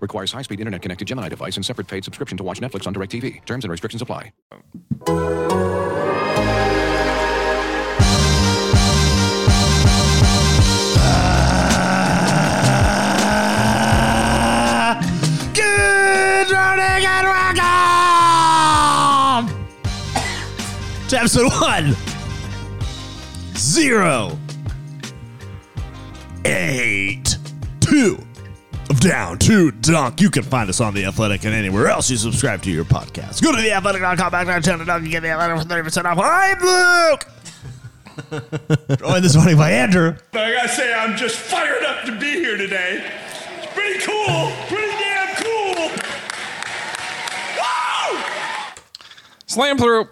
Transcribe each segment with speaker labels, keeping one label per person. Speaker 1: Requires high speed internet connected Gemini device and separate paid subscription to watch Netflix on DirecTV. Terms and restrictions apply.
Speaker 2: Good morning and welcome to episode one zero eight two of Down to Dunk. You can find us on The Athletic and anywhere else you subscribe to your podcast. Go to theathletic.com backslash Down to Dunk and get The Athletic for 30% off. I'm Luke! Joined this morning by Andrew.
Speaker 3: I gotta say, I'm just fired up to be here today. It's pretty cool, pretty damn cool. Woo!
Speaker 4: Slam through.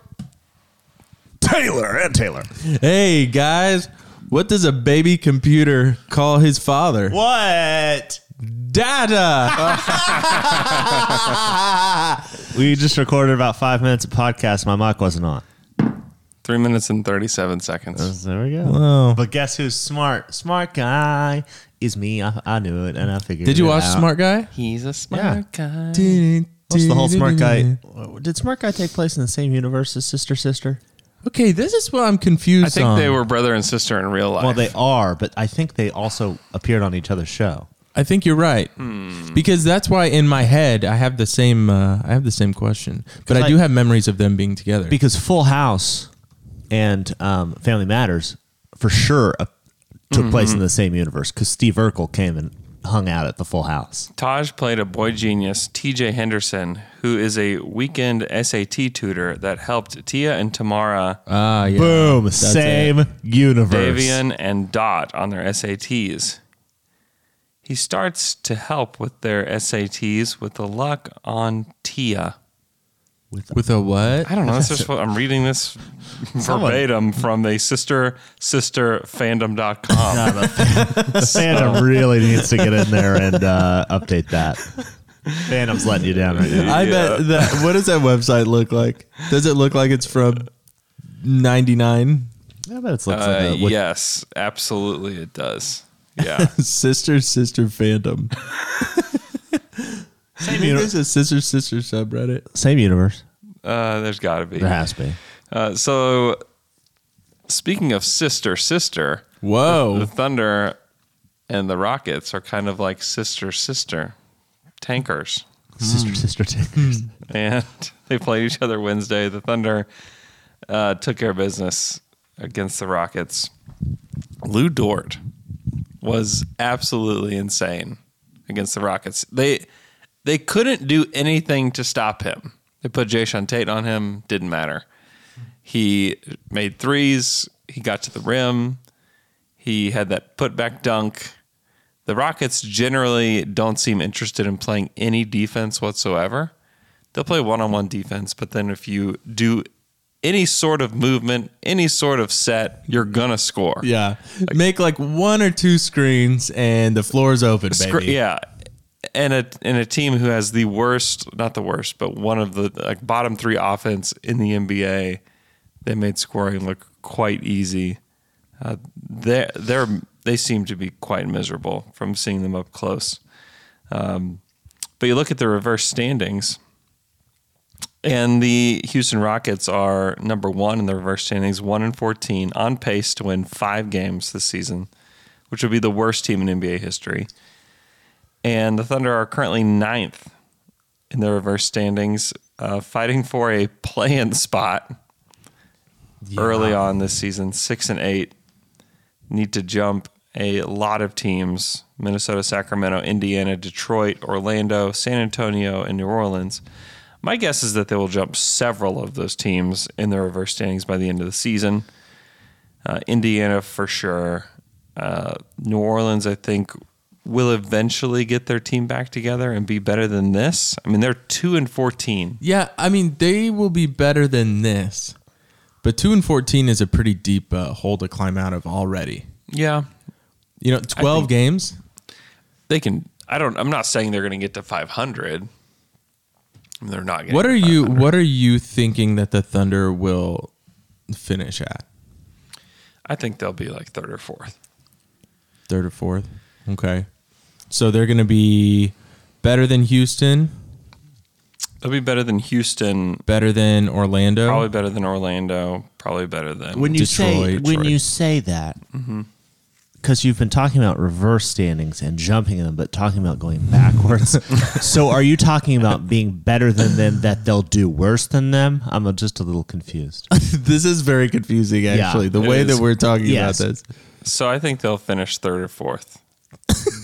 Speaker 2: Taylor and Taylor.
Speaker 4: Hey guys, what does a baby computer call his father?
Speaker 2: What?
Speaker 4: Data.
Speaker 2: We just recorded about five minutes of podcast. My mic wasn't on.
Speaker 4: Three minutes and thirty-seven seconds.
Speaker 2: So there we go. But guess who's smart? Smart guy is me. I, I knew it and I figured.
Speaker 4: Did you
Speaker 2: it
Speaker 4: watch
Speaker 2: out.
Speaker 4: Smart Guy?
Speaker 5: He's a smart
Speaker 2: Yeah.
Speaker 5: guy.
Speaker 2: What's the whole Smart Guy? Did Smart Guy take place in the same universe as Sister Sister?
Speaker 4: Okay, this is what I'm confused.
Speaker 5: I think
Speaker 4: on.
Speaker 5: they were brother and sister in real life.
Speaker 2: Well, they are, but I think they also appeared on each other's show.
Speaker 4: I think you're right because that's why in my head I have the same. Uh, I have the same question, but I,
Speaker 2: I-
Speaker 4: do have memories of them being together.
Speaker 2: Because Full House and um, Family Matters for sure uh, took place in the same universe because Steve Urkel came and hung out at the Full House.
Speaker 5: Taj played a boy genius, TJ Henderson, who is a weekend SAT tutor that helped Tia and Tamara,
Speaker 4: Ah, yeah.
Speaker 2: Boom.
Speaker 4: That's it.
Speaker 2: same universe.
Speaker 5: Davian, and Dot on their SATs. He starts to help with their SATs with the luck on Tia.
Speaker 4: with a what?
Speaker 5: I don't know. That's just what I'm reading this verbatim from the sister sister fandom.com.
Speaker 2: Phantom really needs to get in there and uh, update that. Phantom's letting you down right now.
Speaker 4: I bet that. What does that website look like? Does it look like it's from '99?
Speaker 2: I bet it looks like
Speaker 5: Uh,
Speaker 2: a, what-
Speaker 5: yes, absolutely it does. Yeah.
Speaker 4: Sister Sister Fandom. Maybe there's a Sister Sister subreddit.
Speaker 2: same universe.
Speaker 5: uh, there's got to be.
Speaker 2: There has to be.
Speaker 5: Uh, so, speaking of sister, sister, the
Speaker 4: Whoa.
Speaker 5: Thunder and the Rockets are kind of like sister, sister tankers.
Speaker 2: Sister, sister, tickers.
Speaker 5: And they play each other Wednesday. The Thunder uh, took care of business against the Rockets. Lou Dort was absolutely insane against the Rockets. They they couldn't do anything to stop him. They put Jay Sean Tate on him, didn't matter. He made threes, he got to the rim, he had that putback dunk. The Rockets generally don't seem interested in playing any defense whatsoever. They'll play one on one defense, but then if you do any sort of movement, any sort of set, you're going to score.
Speaker 4: Yeah. Make like one or two screens and the floor is open, baby.
Speaker 5: Scr- yeah. And a and a team who has the worst, not the worst, but one of the like bottom three offense in the NBA, they made scoring look quite easy. Uh, they they're they seem to be quite miserable from seeing them up close. Um, but you look at the reverse standings, and the Houston Rockets are number one in the reverse standings, one and fourteen, on pace to win five games this season, which would be the worst team in NBA history and the Thunder are currently ninth in the reverse standings, uh, fighting for a play-in spot early on this season. Six and eight need to jump a lot of teams: Minnesota, Sacramento, Indiana, Detroit, Orlando, San Antonio, and New Orleans. My guess is that they will jump several of those teams in the reverse standings by the end of the season. Uh, Indiana for sure. Uh, New Orleans, I think, will eventually get their team back together and be better than this. I mean, they're two and fourteen.
Speaker 4: Yeah, I mean they will be better than this, but two and fourteen is a pretty deep uh, hole to climb out of already.
Speaker 5: Yeah,
Speaker 4: You know, twelve games.
Speaker 5: they can. I don't. I'm not saying they're going to get to 500. They're not. Getting
Speaker 4: What
Speaker 5: to
Speaker 4: are you?
Speaker 5: 500.
Speaker 4: What are you thinking that the Thunder will finish at?
Speaker 5: I think they'll be like third or fourth.
Speaker 4: Third or fourth? Okay, so they're going to be better than Houston,
Speaker 5: They'll be better than Houston.
Speaker 4: better than Orlando.
Speaker 5: Probably better than Orlando. Probably better than
Speaker 2: When you say
Speaker 4: Detroit.
Speaker 2: when you say that, because you've been talking about reverse standings and jumping them, but talking about going backwards. so, are you talking about being better than them that they'll do worse than them? I'm just a little confused.
Speaker 4: this is very confusing, actually. the
Speaker 5: it
Speaker 4: way
Speaker 5: is.
Speaker 4: that we're talking
Speaker 2: Yes.
Speaker 4: about this.
Speaker 5: So I think they'll finish third or fourth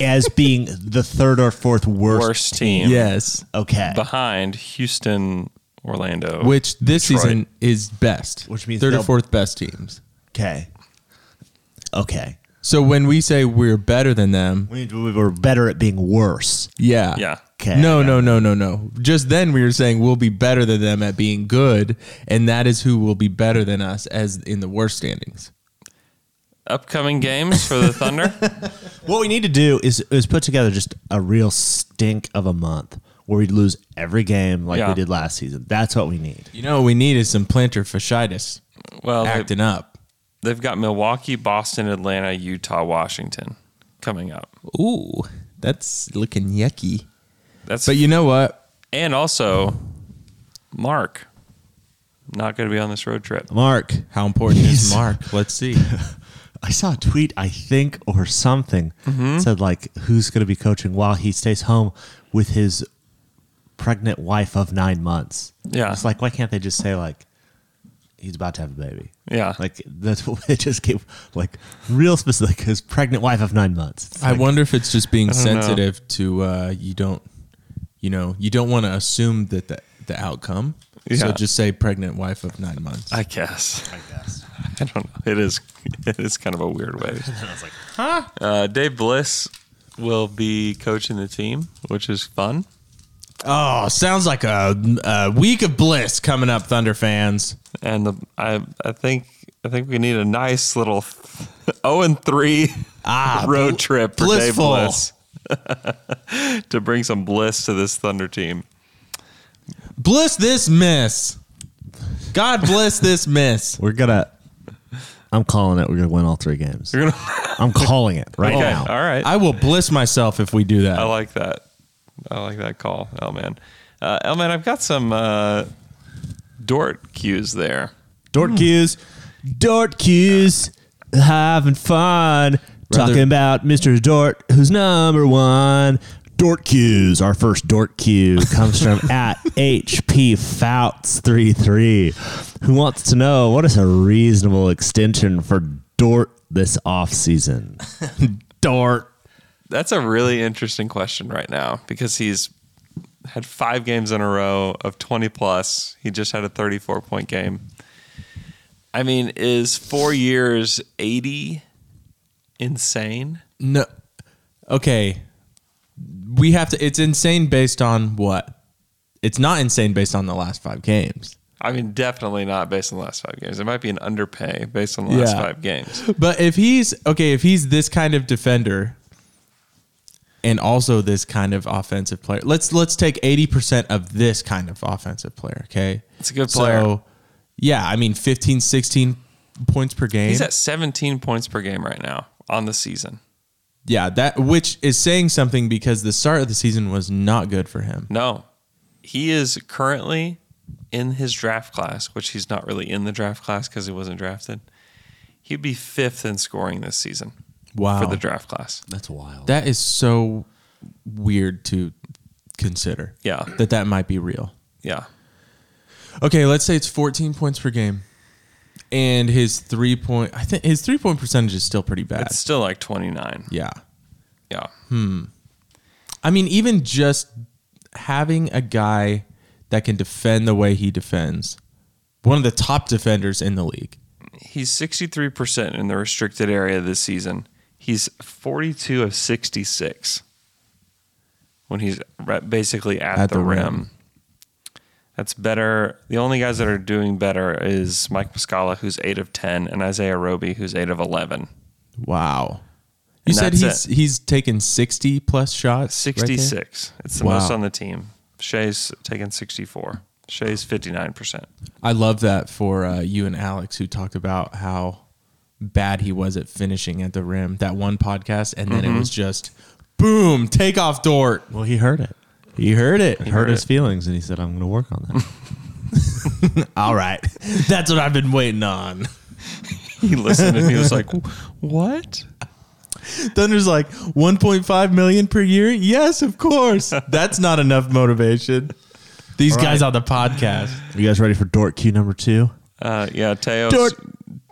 Speaker 2: As being the third or fourth worst.
Speaker 5: worst team.
Speaker 4: Yes,
Speaker 2: Okay.
Speaker 5: behind Houston, Orlando.
Speaker 4: which this
Speaker 5: Detroit.
Speaker 4: season is best.
Speaker 2: Which means
Speaker 4: third or
Speaker 2: they'll-
Speaker 4: fourth best teams.
Speaker 2: Okay. Okay.
Speaker 4: So when we say we're better than them,
Speaker 2: We, we were better at being worse.
Speaker 4: yeah,
Speaker 5: Yeah.
Speaker 2: Okay.
Speaker 4: No, no, no, no, no. Just then we were saying we'll be better than them at being good, and that is who will be better than us as in the worst standings.
Speaker 5: upcoming games for the Thunder.
Speaker 2: What we need to do is is put together just a real stink of a month where we lose every game like
Speaker 5: Yeah.
Speaker 2: we did last season. That's what we need.
Speaker 4: You know, what we need is some plantar fasciitis
Speaker 5: well, they,
Speaker 4: acting up.
Speaker 5: they've got Milwaukee, Boston, Atlanta, Utah, Washington coming up.
Speaker 4: Ooh, that's looking yucky.
Speaker 5: That's
Speaker 4: But you know what?
Speaker 5: and also Mark not going to be on this road
Speaker 4: Oh.
Speaker 5: trip.
Speaker 2: Mark,
Speaker 4: How important is
Speaker 2: Yes.
Speaker 4: Mark? Let's see.
Speaker 2: I saw a tweet, I think, or something
Speaker 4: Mm-hmm.
Speaker 2: said like, "Who's going to be coaching while he stays home with his pregnant wife of nine months?"
Speaker 5: Yeah.
Speaker 2: it's like, why can't they just say like, "He's about to have a baby"?
Speaker 5: Yeah.
Speaker 2: like that's what they just gave like real specific. His pregnant wife of nine months. It's
Speaker 4: I
Speaker 2: like,
Speaker 4: wonder if it's just being
Speaker 5: don't know.
Speaker 4: sensitive to uh, you don't, you know, you don't want to assume that the, the outcome. So
Speaker 5: Yeah.
Speaker 4: just say pregnant wife of nine months.
Speaker 5: I guess. I guess. I don't know. It is. It is kind of a weird way. Uh, Dave Bliss will be coaching the team, which is fun.
Speaker 4: oh, sounds like a, a week of bliss coming up, Thunder fans.
Speaker 5: And the, I, I think, I think we need a nice little zero and three road trip for Dave
Speaker 4: Ah, blissful.
Speaker 5: Bliss to bring some bliss to this Thunder team.
Speaker 4: Bliss this miss. God bless this miss.
Speaker 2: we're gonna. I'm calling it. We're gonna win all three games.
Speaker 5: You're gonna,
Speaker 2: I'm calling it right
Speaker 5: okay,
Speaker 2: now.
Speaker 5: all right.
Speaker 4: Oh, I will bliss myself if we do that.
Speaker 5: I like that. I like that call, Elman. Uh, Elman, I've got some uh, Dort cues there.
Speaker 2: Dort cues, Dort cues, having fun, talking about Mr. Dort, who's number one. Dort cues. Our first Dort cue comes from at HP Fouts33, who wants to know what is a reasonable extension for Dort this offseason? Dort.
Speaker 5: That's a really interesting question right now because he's had five games in a row of 20 plus. He just had a 34 point game. I mean, is four years 80 insane?
Speaker 4: No. Okay. We have to. It's insane based on what? It's not insane based on the last five games.
Speaker 5: I mean, definitely not based on the last five games. It might be an underpay based on the last
Speaker 4: Yeah.
Speaker 5: five games.
Speaker 4: But if he's okay, if he's this kind of defender and also this kind of offensive player, let's let's take eighty percent of this kind of offensive player. Okay,
Speaker 5: It's a good player.
Speaker 4: So, yeah, I mean 15, 16 points per game.
Speaker 5: He's at 17 points per game right now on the season.
Speaker 4: yeah, that which is saying something because the start of the season was not good for him.
Speaker 5: No, he is currently in his draft class, which he's not really in the draft class because he wasn't drafted. He'd be fifth in scoring this season.
Speaker 4: Wow.
Speaker 5: For the draft class.
Speaker 2: That's wild.
Speaker 4: That is so weird to consider.
Speaker 5: Yeah.
Speaker 4: that that might be real.
Speaker 5: Yeah.
Speaker 4: Okay, let's say it's 14 points per game. And his three point, I think his three point percentage is still pretty bad.
Speaker 5: It's still like 29.
Speaker 4: yeah.
Speaker 5: Yeah.
Speaker 4: I mean, even just having a guy that can defend the way he defends, one of the top defenders in the league.
Speaker 5: He's 63% in the restricted area this season. He's 42 of 66 when he's re- basically at,
Speaker 4: At
Speaker 5: the,
Speaker 4: the
Speaker 5: rim.
Speaker 4: rim.
Speaker 5: That's better. The only guys that are doing better is Mike Muscala, who's 8 of 10, and Isaiah Roby, who's 8 of 11.
Speaker 4: Wow. You said
Speaker 5: that's
Speaker 4: he's he's taken 60 plus shots. right there?
Speaker 5: 66. it's the
Speaker 4: Wow.
Speaker 5: most on the team. Shea's taking 64. Shea's 59%.
Speaker 4: I love that for uh, you and Alex, who talked about how bad he was at finishing at the rim. That one podcast, and then it was just boom, takeoff Dort.
Speaker 2: Well, he heard it.
Speaker 4: You heard it.
Speaker 2: He hurt
Speaker 5: heard
Speaker 2: his
Speaker 5: it.
Speaker 2: feelings, and he said, "I'm going to work on that."
Speaker 4: All right, that's what I've been waiting on.
Speaker 5: He listened and he was like, what?
Speaker 4: Thunder's like 1.5 million per year. Yes, of course. That's not enough motivation. These guys on the podcast.
Speaker 2: Are you guys ready for Dort Q number two?
Speaker 5: Uh, yeah, Teo's,
Speaker 4: Dort.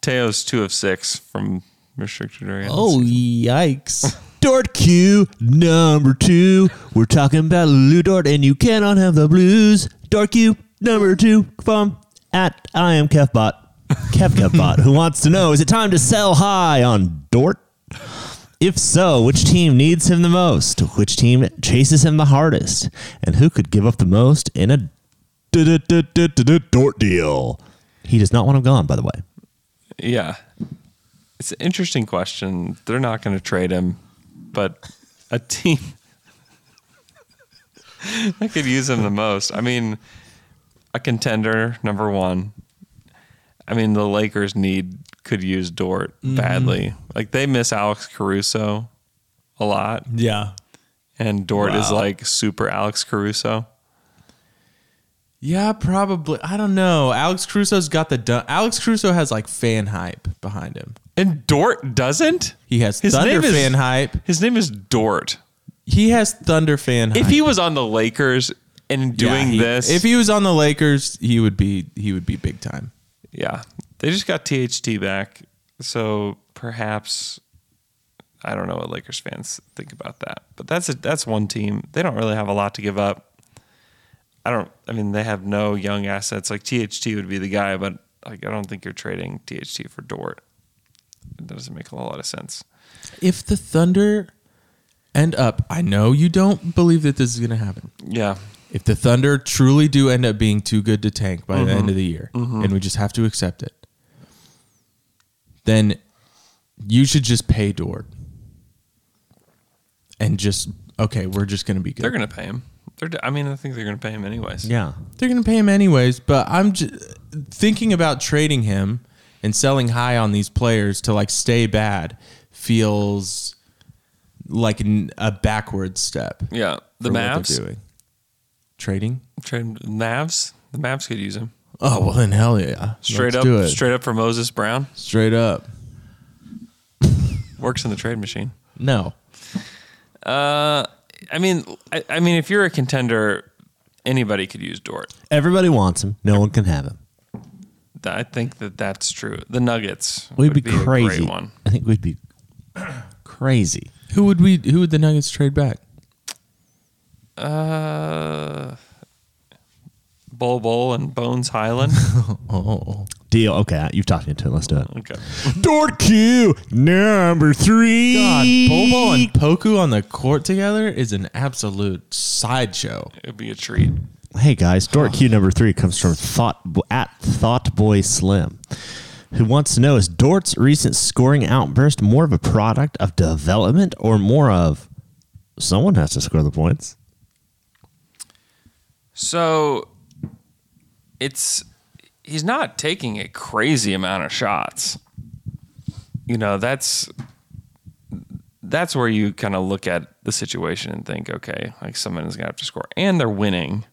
Speaker 5: Teo's 2 of 6 from restricted area.
Speaker 4: Oh, yikes!
Speaker 2: Dort Q number two. We're talking about Lou Dort, and you cannot have the blues. Dort Q number two from at I am Kefbot. Kev Kefbot, who wants to know, is it time to sell high on Dort? If so, which team needs him the most? Which team chases him the hardest? And who could give up the most in a Dort deal? He does not want him gone, by the way.
Speaker 5: Yeah. It's an interesting question. They're not going to trade him, but a team I could use him the most. I mean, a contender number 1. I mean, the Lakers need could use Dort
Speaker 4: Mm-hmm.
Speaker 5: badly. Like they miss Alex Caruso a lot,
Speaker 4: Yeah,
Speaker 5: and Dort is like super Alex Caruso.
Speaker 4: yeah, probably. I don't know. Alex Crusoe's got the dun- Alex Crusoe has like fan hype behind him.
Speaker 5: And Dort doesn't?
Speaker 4: He has
Speaker 5: His
Speaker 4: Thunder
Speaker 5: name is-
Speaker 4: fan hype.
Speaker 5: His name is Dort.
Speaker 4: He has Thunder fan hype.
Speaker 5: If he was on the Lakers and
Speaker 4: Yeah,
Speaker 5: doing
Speaker 4: he-
Speaker 5: this,
Speaker 4: if he was on the Lakers, he would be he would be big time.
Speaker 5: Yeah. They just got THT back. So perhaps I don't know what Lakers fans think about that. But that's a, that's one team. They don't really have a lot to give up. I don't I mean they have no young assets. Like THT would be the guy, but like I don't think you're trading THT for Dort. It doesn't make a whole lot of sense.
Speaker 4: If the Thunder end up, I know you don't believe that this is going to happen.
Speaker 5: Yeah.
Speaker 4: If the Thunder truly do end up being too good to tank by the
Speaker 5: Mm-hmm.
Speaker 4: end of the year, and we just have to accept it, then you should just pay Dort and just okay. We're just going to be good.
Speaker 5: They're going to pay him. They're I mean I think they're going to pay him anyways.
Speaker 2: Yeah.
Speaker 4: They're going to pay him anyways, but I'm j- thinking about trading him and selling high on these players to like stay bad feels like an, a backward step.
Speaker 5: Yeah. The
Speaker 4: for what they're
Speaker 5: Mavs
Speaker 4: doing. trading.
Speaker 5: trade Mavs. The Mavs could use him.
Speaker 4: Oh well, then hell yeah,
Speaker 5: Straight
Speaker 4: Let's
Speaker 5: up
Speaker 4: do it.
Speaker 5: straight up for Moses Brown.
Speaker 4: straight up.
Speaker 5: Works in the trade machine.
Speaker 4: No,
Speaker 5: I mean, I, I mean, if you're a contender, anybody could use Dort.
Speaker 2: Everybody wants him. No one can have him.
Speaker 5: Th- I think that that's true. The Nuggets
Speaker 2: We'd
Speaker 5: would
Speaker 2: be,
Speaker 5: a great
Speaker 2: crazy.
Speaker 5: one.
Speaker 2: I think we'd be crazy.
Speaker 4: who would we? Who would the Nuggets trade back?
Speaker 5: Uh, Bull Bull and Bones Highland.
Speaker 4: Oh,
Speaker 2: Deal. Okay, you've talked me into it. Let's do it.
Speaker 5: Okay.
Speaker 2: Dort Q number three.
Speaker 4: God, Bobo and Poku on the court together is an absolute sideshow.
Speaker 5: It'd be a treat.
Speaker 2: Hey guys, Dort Q number three comes from Thought at Thought Boy Slim, who wants to know: Is Dort's recent scoring outburst more of a product of development or more of someone has to score the points?
Speaker 5: So it's he's not taking a crazy amount of shots. You know, that's that's where you kind of look at the situation and think, okay, like someone is gonna have to score. And they're winning.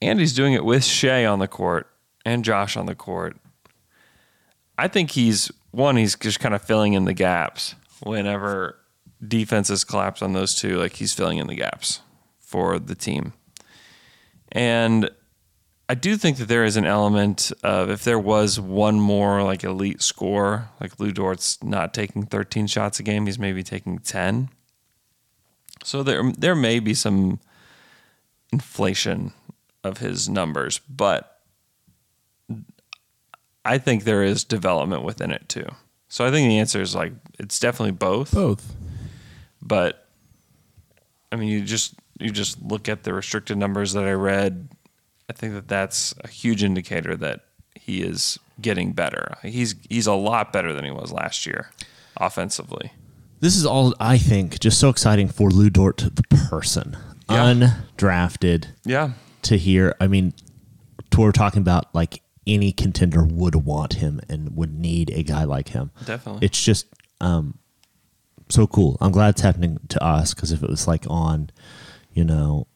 Speaker 5: And he's doing it with Shea on the court and Josh on the court. I think he's one, he's just kind of filling in the gaps whenever defenses collapse on those two, like he's filling in the gaps for the team. And I do think that there is an element of if there was one more like elite score, like Lou Dort's not taking 13 shots a game, he's maybe taking 10. So there there may be some inflation of his numbers, but I think there is development within it too. So I think the answer is like it's definitely both.
Speaker 4: Both.
Speaker 5: But I mean, you just you just look at the restricted numbers that I read. I think that that's a huge indicator that he is getting better. He's he's a lot better than he was last year offensively.
Speaker 2: This is all I think just so exciting for Lou Dort the person.
Speaker 5: Yeah.
Speaker 2: Undrafted
Speaker 5: Yeah.
Speaker 2: to hear. I mean, to what we're talking about like any contender would want him and would need a guy like him.
Speaker 5: Definitely.
Speaker 2: It's just um so cool. I'm glad it's happening to us cuz if it was like on, you know,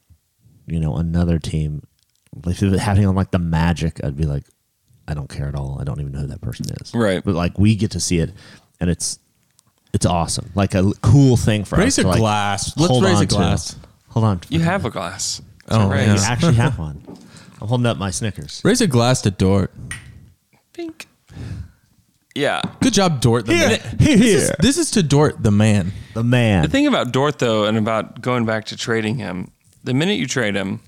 Speaker 2: you know, another team, if it was happening on like the Magic, I'd be like I don't care at all. I don't even know who that person is.
Speaker 5: Right.
Speaker 2: But like we get to see it and it's it's awesome. Like a l- cool thing for us.
Speaker 4: Raise a
Speaker 2: to, like,
Speaker 4: glass. Let's
Speaker 2: hold
Speaker 4: raise
Speaker 2: on
Speaker 4: a
Speaker 2: to.
Speaker 4: glass.
Speaker 2: Hold on.
Speaker 5: You have a glass. Is that
Speaker 4: Oh,
Speaker 5: right?
Speaker 4: yeah.
Speaker 2: You actually have one. I'm holding up my Snickers.
Speaker 4: Raise a glass to Dort.
Speaker 5: Pink. Yeah.
Speaker 4: Good job, Dort. The man. This is, this is to Dort the man.
Speaker 2: The man.
Speaker 5: The thing about Dort though, and about going back to trading him, the minute you trade him,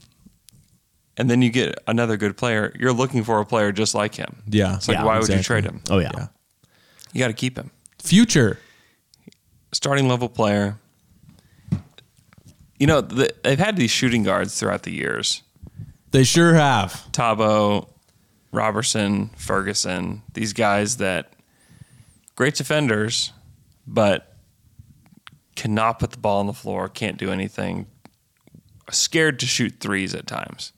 Speaker 5: and then you get another good player, you're looking for a player just like him.
Speaker 4: Yeah.
Speaker 5: It's like
Speaker 4: Yeah,
Speaker 5: why would you
Speaker 4: exactly.
Speaker 5: trade him?
Speaker 2: oh yeah.
Speaker 4: Yeah.
Speaker 5: You got to keep him.
Speaker 4: Future.
Speaker 5: Starting level player. You know the, they've had these shooting guards throughout the years.
Speaker 4: They sure have.
Speaker 5: Tabo, Robertson, Ferguson, these guys that great defenders, but cannot put the ball on the floor, can't do anything, scared to shoot threes at times.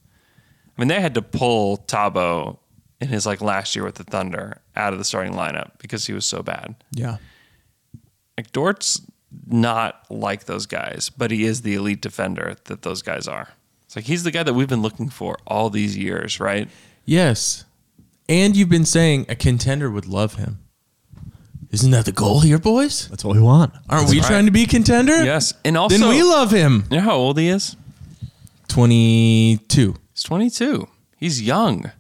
Speaker 5: I mean, they had to pull Tabo in his like last year with the Thunder out of the starting lineup because he was so bad.
Speaker 4: Yeah.
Speaker 5: Like Dort's not like those guys, but he is the elite defender that those guys are. It's like he's the guy that we've been looking for all these years, right?
Speaker 4: Yes. And you've been saying a contender would love him. Isn't that the goal here, boys?
Speaker 2: That's what we want.
Speaker 4: Aren't we
Speaker 5: right.
Speaker 4: trying to be a contender?
Speaker 5: Yes, and also
Speaker 4: then we love him.
Speaker 5: You know how old he is?
Speaker 4: 22.
Speaker 5: He's 22. He's young.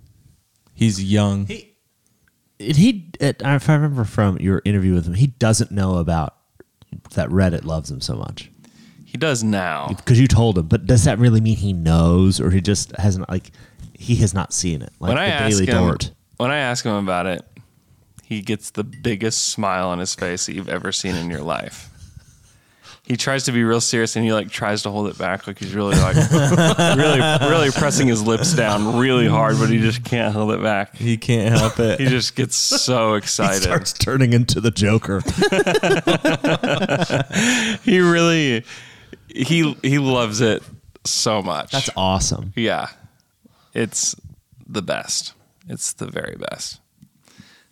Speaker 4: He's young.
Speaker 2: And he, it, if I remember from your interview with him, he doesn't know about that Reddit loves him so much
Speaker 5: He does now.
Speaker 2: because you told him. But does that really mean he knows, or he just hasn't like he has not seen it? Like
Speaker 5: When I
Speaker 2: the
Speaker 5: ask
Speaker 2: Daily
Speaker 5: him,
Speaker 2: Dort.
Speaker 5: when I ask him about it, he gets the biggest smile on his face that you've ever seen in your life. He tries to be real serious and he like tries to hold it back, like he's really like really really pressing his lips down really hard, but he just can't hold it back.
Speaker 4: He can't help it.
Speaker 5: He just gets so
Speaker 2: He
Speaker 5: excited.
Speaker 2: starts turning into the Joker.
Speaker 5: he really he he loves it so much.
Speaker 2: That's awesome.
Speaker 5: Yeah. It's the best. It's the very best.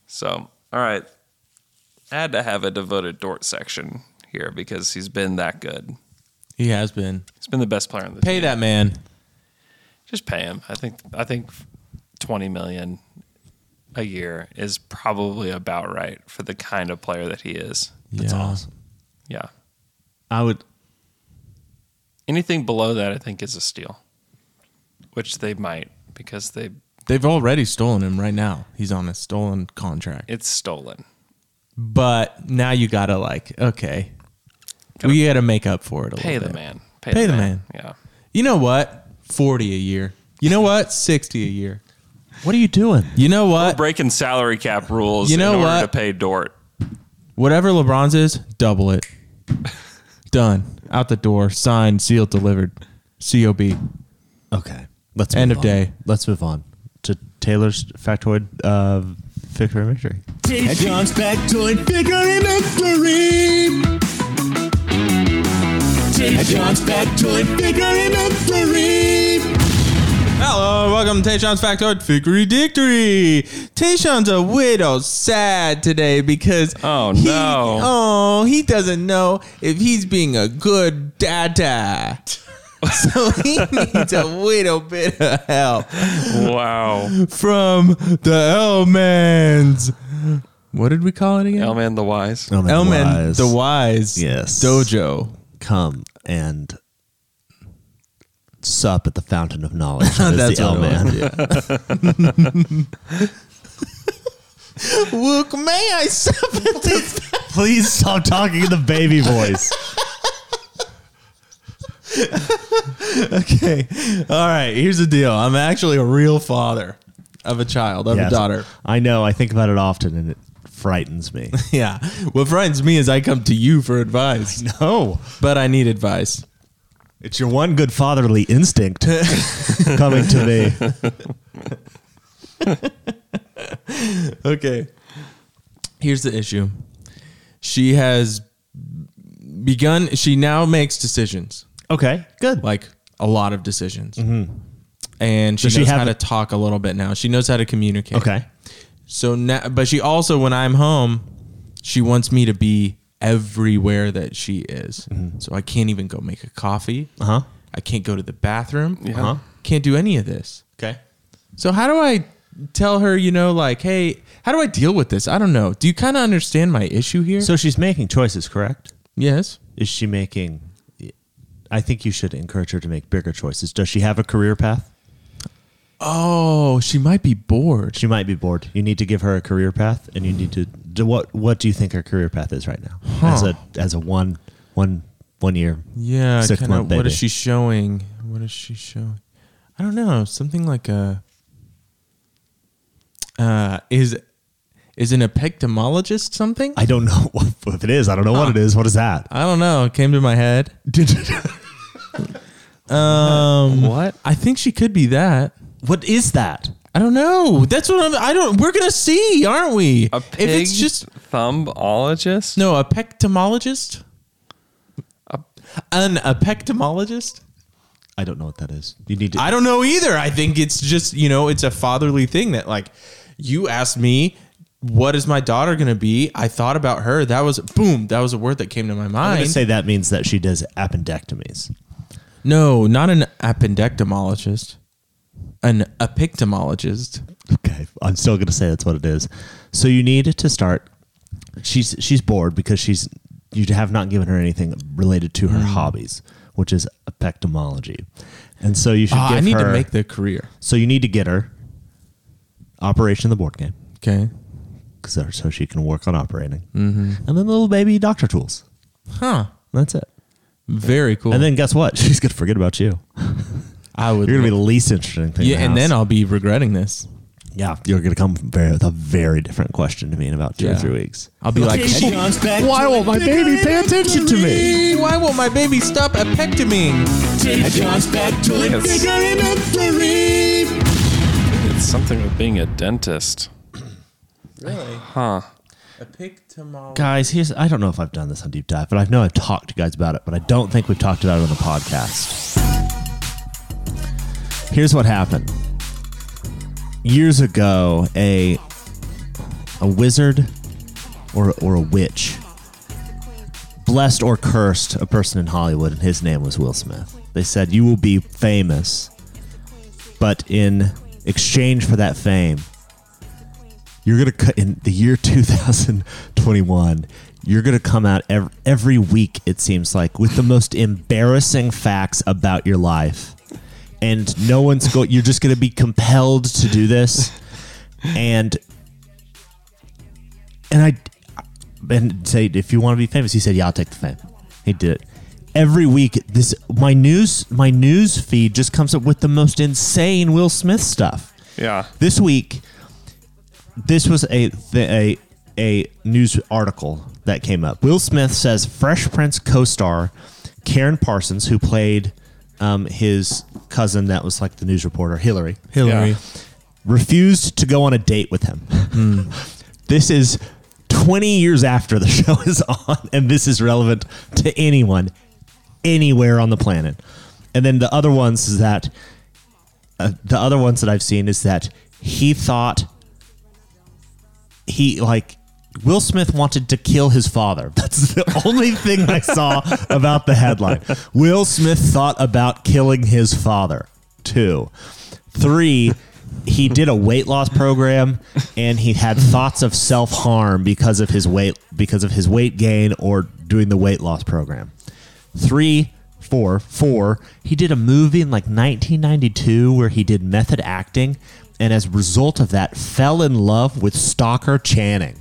Speaker 5: So, all right. I had to have a devoted Dort section here because he's been that good.
Speaker 4: he has been.
Speaker 5: He's been the best player in the
Speaker 4: Pay
Speaker 5: team.
Speaker 4: that man.
Speaker 5: Just pay him. I think I think 20 million a year is probably about right for the kind of player that he is.
Speaker 2: That's
Speaker 4: yeah.
Speaker 2: awesome.
Speaker 5: Yeah.
Speaker 2: I would.
Speaker 5: Anything below that I think is a steal. Which they might because they
Speaker 4: They've already stolen him right now. He's on a stolen contract.
Speaker 5: it's stolen.
Speaker 4: But now you got to, like, okay. we got to make up for it a
Speaker 5: Pay
Speaker 4: little
Speaker 5: the
Speaker 4: bit.
Speaker 5: man.
Speaker 4: Pay the man.
Speaker 5: Yeah.
Speaker 4: You know what? 40 a year. You know what? 60 a year.
Speaker 2: What are you doing?
Speaker 4: You know what?
Speaker 5: breaking salary cap rules
Speaker 4: You know
Speaker 5: in order
Speaker 4: what?
Speaker 5: to pay Dort.
Speaker 4: Whatever LeBron's is, double it. Done. Out the door. Signed, sealed, delivered. COB.
Speaker 2: Okay, let's
Speaker 4: End
Speaker 2: move
Speaker 4: of
Speaker 2: on.
Speaker 4: day.
Speaker 2: Let's move on to Taylor's factoid of victory and victory.
Speaker 6: Ted John's factoid victory victory. Ted John's factoid victory victory.
Speaker 4: Hello, welcome to Tayshawn's Factoid Victory Dictory. Tayshawn's a widow, sad today because
Speaker 5: Oh,
Speaker 4: he-
Speaker 5: no.
Speaker 4: oh he doesn't know if he's being a good dada. so he needs a little bit of help
Speaker 5: Wow.
Speaker 4: from the Elmans. What did we call it again?
Speaker 5: Elman the Wise.
Speaker 2: Oh, man,
Speaker 4: Elman
Speaker 2: wise.
Speaker 4: the Wise
Speaker 2: Yes.
Speaker 4: Dojo.
Speaker 2: come and sup at the fountain of knowledge. That is
Speaker 4: That's
Speaker 2: the
Speaker 4: what
Speaker 2: L
Speaker 4: it
Speaker 2: man.
Speaker 4: Look, may I sup at this?
Speaker 2: Please stop talking in the baby voice.
Speaker 4: okay. All right. Here's the deal. I'm actually a real father of a child, of
Speaker 2: Yes.
Speaker 4: a daughter.
Speaker 2: I know. I think about it often, and it frightens me.
Speaker 4: Yeah. What frightens me is I come to you for advice,
Speaker 2: no,
Speaker 4: but I need advice.
Speaker 2: it's your one good fatherly instinct coming to me.
Speaker 4: Okay. Here's the issue. She has begun, she now makes decisions,
Speaker 2: Okay, good.
Speaker 4: like a lot of decisions. And she
Speaker 2: Mm-hmm. Does she
Speaker 4: knows
Speaker 2: have
Speaker 4: how to
Speaker 2: a-
Speaker 4: talk a little bit now. She knows how to communicate.
Speaker 2: Okay.
Speaker 4: So now, but she also, when I'm home, she wants me to be everywhere that she is. So I can't even go make a coffee.
Speaker 2: Mm-hmm. Uh-huh.
Speaker 4: I can't go to the bathroom. Uh-huh. Can't do any of this.
Speaker 2: Okay.
Speaker 4: So how do I tell her, you know, like, hey, how do I deal with this? I don't know. Do you kind of understand my issue here?
Speaker 2: So she's making choices, correct?
Speaker 4: yes.
Speaker 2: Is she making? I think you should encourage her to make bigger choices. Does she have a career path?
Speaker 4: Oh, she might be bored.
Speaker 2: She might be bored. You need to give her a career path, and you need to do what? What do you think her career path is right now? As a as a one one one year.
Speaker 4: Yeah.
Speaker 2: Six
Speaker 4: kinda,
Speaker 2: month
Speaker 4: What is
Speaker 2: baby.
Speaker 4: she showing? What is she showing? I don't know. Something like a uh, is is an epictomologist something?
Speaker 2: I don't know if it is. I don't know what it is. What is that?
Speaker 4: I don't know. It came to my head. um, what? I think she could be that.
Speaker 2: What is that?
Speaker 4: I don't know. That's what I'm. I don't. We're gonna see, aren't we?
Speaker 5: A pig
Speaker 4: if it's just
Speaker 5: thumbologist?
Speaker 4: no, a pectomologist. An apectomologist?
Speaker 2: I don't know what that is. You need to.
Speaker 4: I don't know either. I think it's just you know it's a fatherly thing that like you asked me what is my daughter gonna be. I thought about her. That was boom. That was a word that came to my
Speaker 2: I'm
Speaker 4: mind.
Speaker 2: gonna say that means that she does appendectomies.
Speaker 4: no, not an appendectomologist. An apictomologist.
Speaker 2: Okay, I'm still gonna say that's what it is. So you need to start. She's she's bored because she's you have not given her anything related to
Speaker 4: Hmm.
Speaker 2: her hobbies, which is epectomology, and so you should.
Speaker 4: Ah,
Speaker 2: give
Speaker 4: I need
Speaker 2: her-
Speaker 4: to make the career.
Speaker 2: So you need to get her operation of the board game
Speaker 4: Okay.
Speaker 2: 'cause there- so she can work on operating, mm-hmm. and then little baby doctor tools.
Speaker 4: Huh.
Speaker 2: That's it.
Speaker 4: Very cool.
Speaker 2: And then guess what? She's gonna forget about you.
Speaker 4: I would.
Speaker 2: You're gonna be the least interesting thing. in
Speaker 4: yeah,
Speaker 2: the
Speaker 4: and
Speaker 2: house.
Speaker 4: then I'll be regretting this.
Speaker 2: yeah, you're gonna come very, with a very different question to me in about two or
Speaker 4: Yeah.
Speaker 2: three weeks.
Speaker 4: I'll be like,
Speaker 2: Why won't my baby pay attention to me?
Speaker 4: why won't my baby stop apectoming?
Speaker 5: It's, it's something with being a dentist.
Speaker 4: Apictomol.
Speaker 2: guys here's i don't know if i've done this on deep dive but i know i've talked to guys about it but i don't think we've talked about it on the podcast here's what happened years ago a a wizard or or a witch blessed or cursed a person in hollywood and his name was will smith they said you will be famous but in exchange for that fame you're gonna cut in the year 2021 you're gonna come out every, every week it seems like with the most embarrassing facts about your life and no one's go you're just gonna be compelled to do this and and i and say if you want to be famous he said yeah i'll take the fame he did it every week this my news my news feed just comes up with the most insane will smith stuff
Speaker 5: Yeah.
Speaker 2: this week this was a th- a a news article that came up will smith says fresh prince co-star karen parsons who played um, his cousin that was like the news reporter hillary
Speaker 4: Hillary.
Speaker 5: Yeah.
Speaker 2: refused to go on a date with him this is 20 years after the show is on and this is relevant to anyone anywhere on the planet and then the other ones is that uh, the other ones that i've seen is that he thought he like Will Smith wanted to kill his father. That's the only thing I saw about the headline. Will Smith thought about killing his father. Two. Three, he did a weight loss program and he had thoughts of self harm because of his weight because of his weight gain or doing the weight loss program three, four, four. He did a movie in like 1992 where he did method acting, and as a result of that, fell in love with Stalker Channing.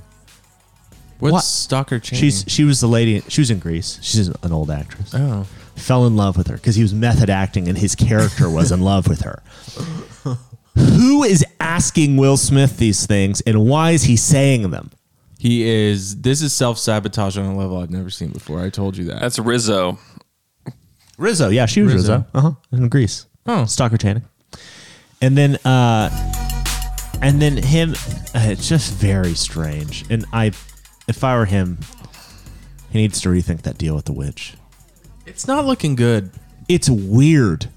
Speaker 4: What's
Speaker 2: What?
Speaker 4: stalker chain?
Speaker 2: She's she was the lady. She was in Greece. She's an old actress.
Speaker 4: Mm. Oh.
Speaker 2: Fell in love with her because he was method acting, and his character was in love with her. Who is asking Will Smith these things, and why is he saying them?
Speaker 4: He is. This is self sabotage on a level I've never seen before. I told you that.
Speaker 5: That's Rizzo.
Speaker 2: Rizzo, yeah, she was Rizzo.
Speaker 4: Rizzo.
Speaker 2: Uh huh. In Greece.
Speaker 4: Oh.
Speaker 2: Stalker Channing. And then uh and then him uh, it's just very strange. And I if I were him, he needs to rethink that deal with the witch.
Speaker 4: it's not looking good.
Speaker 2: It's weird.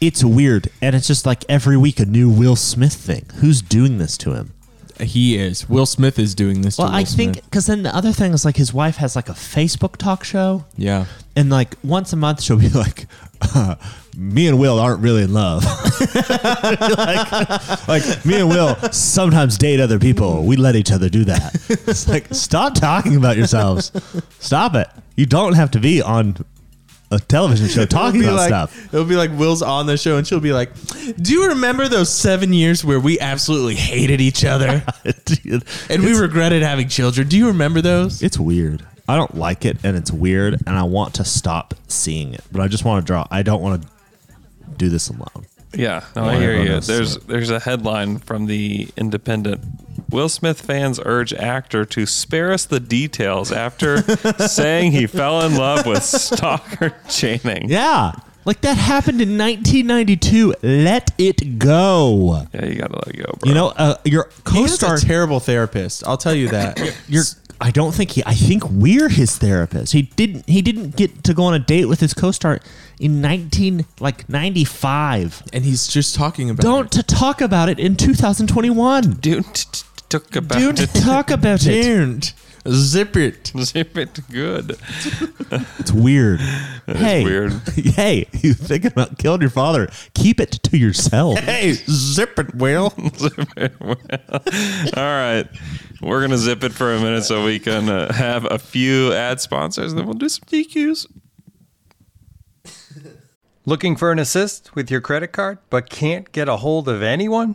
Speaker 2: It's weird. And it's just like every week a new Will Smith thing. Who's doing this to him?
Speaker 4: He is. Will Smith is doing this.
Speaker 2: Well,
Speaker 4: to Will
Speaker 2: I think
Speaker 4: Smith.
Speaker 2: because then the other thing is like his wife has like a Facebook talk show.
Speaker 4: Yeah.
Speaker 2: And like once a month, she'll be like, uh, "Me and Will aren't really in love." like, like me and Will sometimes date other people. We let each other do that. It's like stop talking about yourselves. Stop it. You don't have to be on a television show talking
Speaker 4: It'll
Speaker 2: about
Speaker 4: be like,
Speaker 2: stuff.
Speaker 4: It'll be like Will's on the show, and she'll be like, "Do you remember those seven years where we absolutely hated each other
Speaker 2: Dude,
Speaker 4: and we regretted having children? Do you remember those?"
Speaker 2: It's weird. I don't like it, and it's weird, and I want to stop seeing it. But I just want to draw. I don't want to do this alone.
Speaker 5: Yeah, no, I
Speaker 2: Yeah,
Speaker 5: hear
Speaker 2: I
Speaker 5: you.
Speaker 2: noticed
Speaker 5: There's there's a headline from the Independent. Will Smith fans urge actor to spare us the details after saying he fell in love with stalker Channing.
Speaker 2: Yeah. Like that happened in 1992. Let it go.
Speaker 5: Yeah, you gotta let it go, bro.
Speaker 2: You know, uh, your
Speaker 4: He
Speaker 2: co
Speaker 4: is
Speaker 2: star.
Speaker 4: a terrible therapist. I'll tell you that.
Speaker 2: Your, I don't think he. I think we're his therapist. He didn't. He didn't get to go on a date with his co-star in 19 like 95.
Speaker 4: and he's just talking about.
Speaker 2: Don't to talk about it in 2021.
Speaker 5: dude t- t- took about
Speaker 2: Dude, talk about it.
Speaker 4: Don't zip it.
Speaker 5: zip it good.
Speaker 2: It's weird. hey,
Speaker 5: weird.
Speaker 2: hey, you thinking about killing your father? Keep it to yourself.
Speaker 4: Hey, zip it, Will.
Speaker 5: All right, we're gonna zip it for a minute so we can uh, have a few ad sponsors. Then we'll do some DQs.
Speaker 7: Looking for an assist with your credit card but can't get a hold of anyone?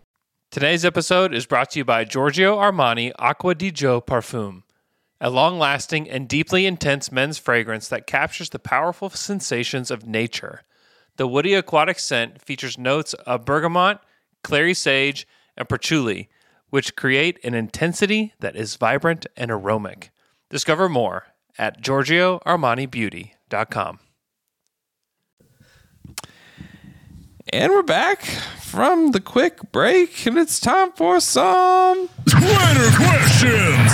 Speaker 8: Today's episode is brought to you by Giorgio Armani Acqua di Gio Parfum, a long lasting and deeply intense men's fragrance that captures the powerful sensations of nature. The woody aquatic scent features notes of bergamot, clary sage, and patchouli, which create an intensity that is vibrant and aromatic. Discover more at GiorgioArmaniBeauty.com.
Speaker 5: And we're back from the quick break, and it's time for some.
Speaker 3: Spider questions.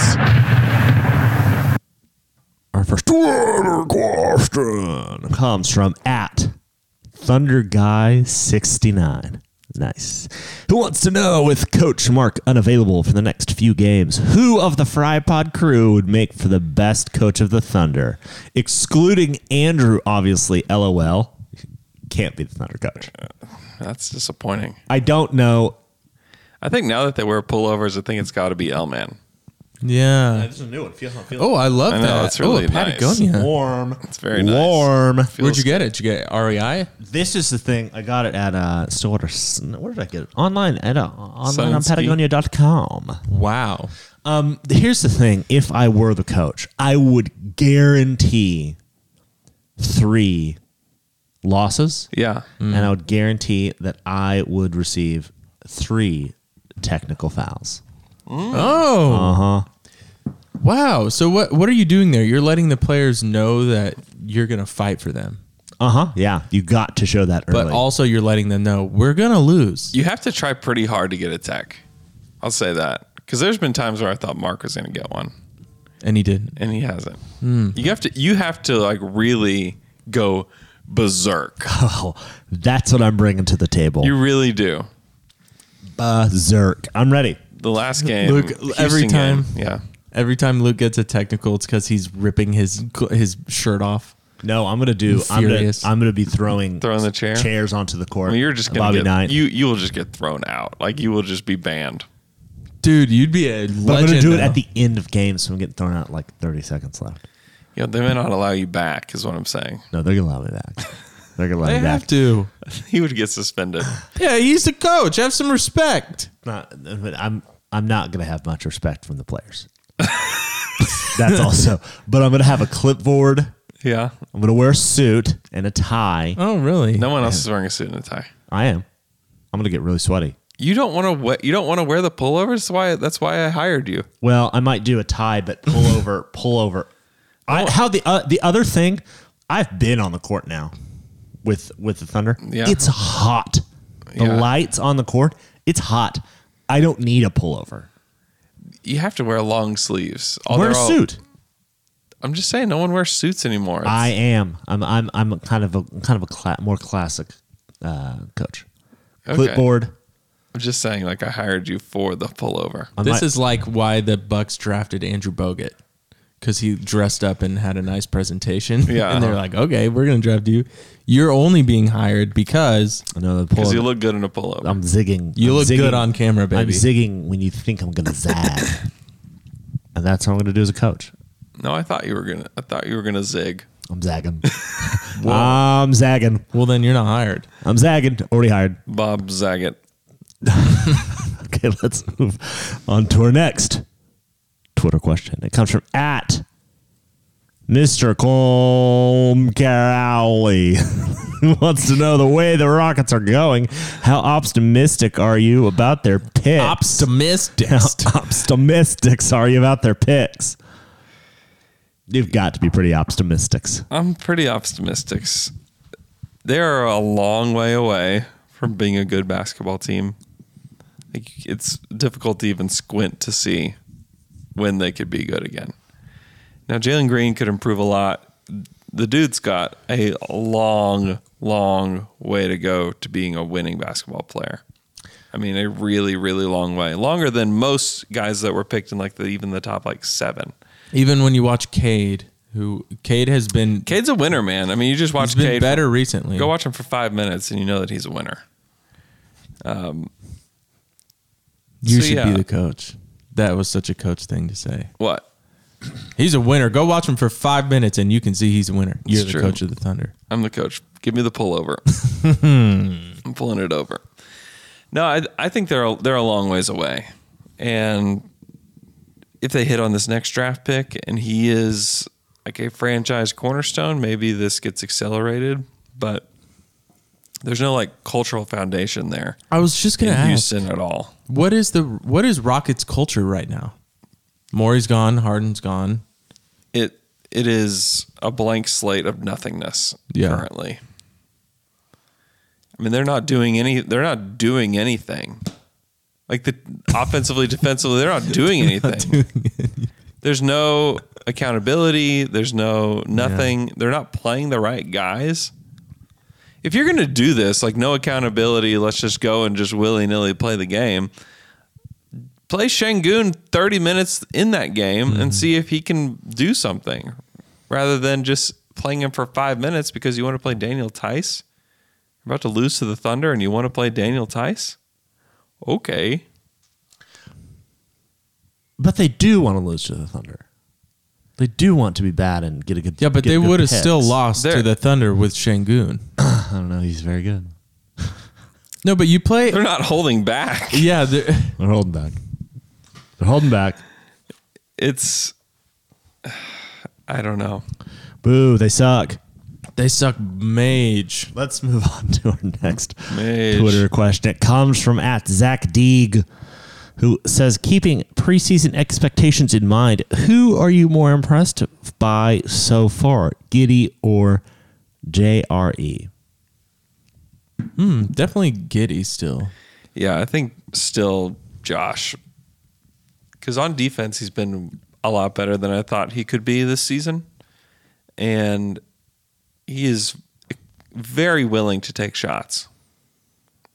Speaker 2: Our first Twitter question comes from at Thunder Guy 69. Nice. Who wants to know with Coach Mark unavailable for the next few games, who of the Frypod crew would make for the best coach of the Thunder? Excluding Andrew, obviously, LOL. Can't be the Thunder coach.
Speaker 5: That's disappointing.
Speaker 2: I don't know.
Speaker 5: I think now that they wear pullovers, I think it's got to be L Man.
Speaker 4: Yeah.
Speaker 2: There's a new one. Feel how
Speaker 4: Oh, I love
Speaker 5: I know,
Speaker 4: that.
Speaker 5: it's really
Speaker 4: oh, Patagonia.
Speaker 2: warm.
Speaker 5: It's very nice.
Speaker 2: warm.
Speaker 4: Where'd you get it? Did you get E it? REI?
Speaker 2: This is the thing. I got it at uh, Stillwater. Where did I get it? Online at uh, online on
Speaker 5: Sunspeak.
Speaker 2: Patagonia.com.
Speaker 4: Wow.
Speaker 2: Um, here's the thing. If I were the coach, I would guarantee three losses,
Speaker 5: Yeah.
Speaker 2: and I would guarantee that I would receive three technical fouls.
Speaker 4: Oh. Uh-huh. Wow. So what what are you doing there? You're letting the players know that you're going to fight for them.
Speaker 2: Uh huh. Yeah, you got to show that early.
Speaker 4: But also you're letting them know we're going to lose.
Speaker 5: You have to try pretty hard to get a tech. I'll say that because there's been times where I thought Mark was going to get one,
Speaker 4: And he didn't.
Speaker 5: and he hasn't.
Speaker 4: Hmm.
Speaker 5: You have to. You have to like really go berserk.
Speaker 2: oh, that's what I'm bringing to the table.
Speaker 5: You really do.
Speaker 2: Berserk. I'm ready.
Speaker 5: The last game,
Speaker 4: Look, every
Speaker 5: Houston game,
Speaker 4: time-
Speaker 5: yeah.
Speaker 4: Every time Luke gets a technical, it's because he's ripping his his shirt off.
Speaker 2: No, I'm gonna do.
Speaker 4: I'm
Speaker 2: I'm gonna,
Speaker 4: furious.
Speaker 2: I'm gonna be throwing
Speaker 5: Throwing the chair?
Speaker 2: chairs onto the court.
Speaker 5: I mean, you're just going
Speaker 2: Bobby
Speaker 5: to get
Speaker 2: Knight.
Speaker 5: you. You will just get thrown out. Like you will just be banned.
Speaker 4: Dude, you'd be a
Speaker 2: but I'm
Speaker 4: legend.
Speaker 2: gonna do it
Speaker 4: now.
Speaker 2: at the end of games, so I'm getting thrown out like 30 seconds left.
Speaker 5: You know, they may not allow you back, is what I'm saying.
Speaker 2: No, they're gonna allow me back. They're gonna allow
Speaker 5: They
Speaker 2: me back.
Speaker 5: have
Speaker 4: to.
Speaker 5: he would get suspended.
Speaker 4: Yeah, he's the coach. Have some respect.
Speaker 2: Not, but I'm I'm not gonna have much respect from the players. That's also. But I'm gonna have a clipboard.
Speaker 5: Yeah.
Speaker 2: I'm gonna wear a suit and a tie.
Speaker 4: Oh, really?
Speaker 5: No one else is wearing a suit and a tie.
Speaker 2: I am. I'm gonna get really sweaty.
Speaker 5: You don't want to wear. You don't want to wear the pullovers. That's why. That's why I hired you.
Speaker 2: Well, I might do a tie, but pull over, pull over. I, how the uh, the other thing? I've been on the court now with with the Thunder.
Speaker 6: Yeah.
Speaker 2: It's hot. The
Speaker 6: Yeah.
Speaker 2: lights on the court. It's hot. I don't need a pullover.
Speaker 5: You have to wear long sleeves.
Speaker 2: Wear a
Speaker 5: Oh, they're all-
Speaker 2: suit.
Speaker 5: I'm just saying, no one wears suits anymore. It's-
Speaker 2: I am. I'm. I'm. I'm a kind of a kind of a cla- more classic uh, coach.
Speaker 5: Okay.
Speaker 2: Clipboard.
Speaker 5: I'm just saying, like I hired you for the pullover.
Speaker 4: this is like why the Bucks drafted Andrew Bogut because he dressed up and had a nice presentation.
Speaker 5: Yeah.
Speaker 4: and they're like, okay, we're gonna draft you. You're only being hired because
Speaker 2: I know the
Speaker 5: because you look good in a pullover.
Speaker 2: I'm zigging.
Speaker 4: You
Speaker 2: I'm
Speaker 4: look
Speaker 2: zigging.
Speaker 4: good on camera, baby.
Speaker 2: I'm zigging when you think I'm gonna zag, and that's how I'm gonna do as a coach.
Speaker 5: No, I thought you were gonna. I thought you were gonna zig.
Speaker 2: I'm zagging. I'm zagging.
Speaker 4: Well, then you're not hired.
Speaker 2: I'm zagging. Already hired.
Speaker 5: Bob Zagat.
Speaker 2: Okay, let's move on to our next Twitter question. It comes from at Mr. Colm Crowley. who wants to know the way the Rockets are going. How optimistic are you about their picks?
Speaker 4: Optimistic.
Speaker 2: How optimistics are you about their picks? You've got to be pretty optimistics.
Speaker 5: I'm pretty optimistic. They are a long way away from being a good basketball team. Like, It's difficult to even squint to see when they could be good again. Now, Jalen Green could improve a lot. The dude's got a long, long way to go to being a winning basketball player. I mean, a really, really long way. Longer than most guys that were picked in like the, even the top like seven.
Speaker 4: Even when you watch Cade, who Cade has been
Speaker 5: Cade's a winner, man. I mean, you just watch
Speaker 4: been
Speaker 5: Cade
Speaker 4: better recently.
Speaker 5: Go watch him for five minutes, and you know that he's a winner. Um,
Speaker 4: You
Speaker 5: so,
Speaker 4: should
Speaker 5: yeah.
Speaker 4: be the coach. That was such a coach thing to say.
Speaker 5: What?
Speaker 4: He's a winner. Go watch him for five minutes, and you can see he's a winner. You're
Speaker 5: It's
Speaker 4: the
Speaker 5: true.
Speaker 4: coach of the Thunder.
Speaker 5: I'm the coach. Give me the pullover. I'm pulling it over. No, I, I think they're a, they're a long ways away, and if they hit on this next draft pick and he is like a franchise cornerstone, maybe this gets accelerated. But there's no like cultural foundation there.
Speaker 4: I was just gonna
Speaker 5: in
Speaker 4: ask.
Speaker 5: Houston at all.
Speaker 4: What is the what is Rockets culture right now? Maury's gone. Harden's gone.
Speaker 5: it it is a blank slate of nothingness
Speaker 4: Yeah.
Speaker 5: currently. I mean, they're not doing any. They're not doing anything. Like the offensively, defensively, they're not doing anything. There's no accountability. There's no nothing. They're not playing the right guys. If you're going to do this, like no accountability, let's just go and just willy nilly play the game. Play Shangoon 30 minutes in that game
Speaker 4: Mm-hmm.
Speaker 5: and see if he can do something rather than just playing him for five minutes because you want to play Daniel Tice. You're about to lose to the Thunder and you want to play Daniel Tice? Okay.
Speaker 2: But they do want to lose to the Thunder. They do want to be bad and get a good.
Speaker 4: Yeah, but
Speaker 2: get
Speaker 4: they
Speaker 2: good
Speaker 4: would have
Speaker 2: picks.
Speaker 4: still lost to the Thunder with Shangoon.
Speaker 2: I don't know. He's very good.
Speaker 4: No, but you play.
Speaker 5: They're not holding back.
Speaker 4: Yeah, they're-
Speaker 2: They're holding back. They're holding back.
Speaker 5: It's. I don't know.
Speaker 2: Boo! They suck.
Speaker 4: They suck, mage.
Speaker 2: Let's move on to our next
Speaker 5: Mage.
Speaker 2: Twitter question. It comes from at Zach Deeg, who says, "Keeping preseason expectations in mind, who are you more impressed by so far, Giddy or E?" JRE?"
Speaker 4: Hmm, definitely giddy still.
Speaker 5: Yeah, I think still Josh. Because on defense, he's been a lot better than I thought he could be this season. And he is very willing to take shots.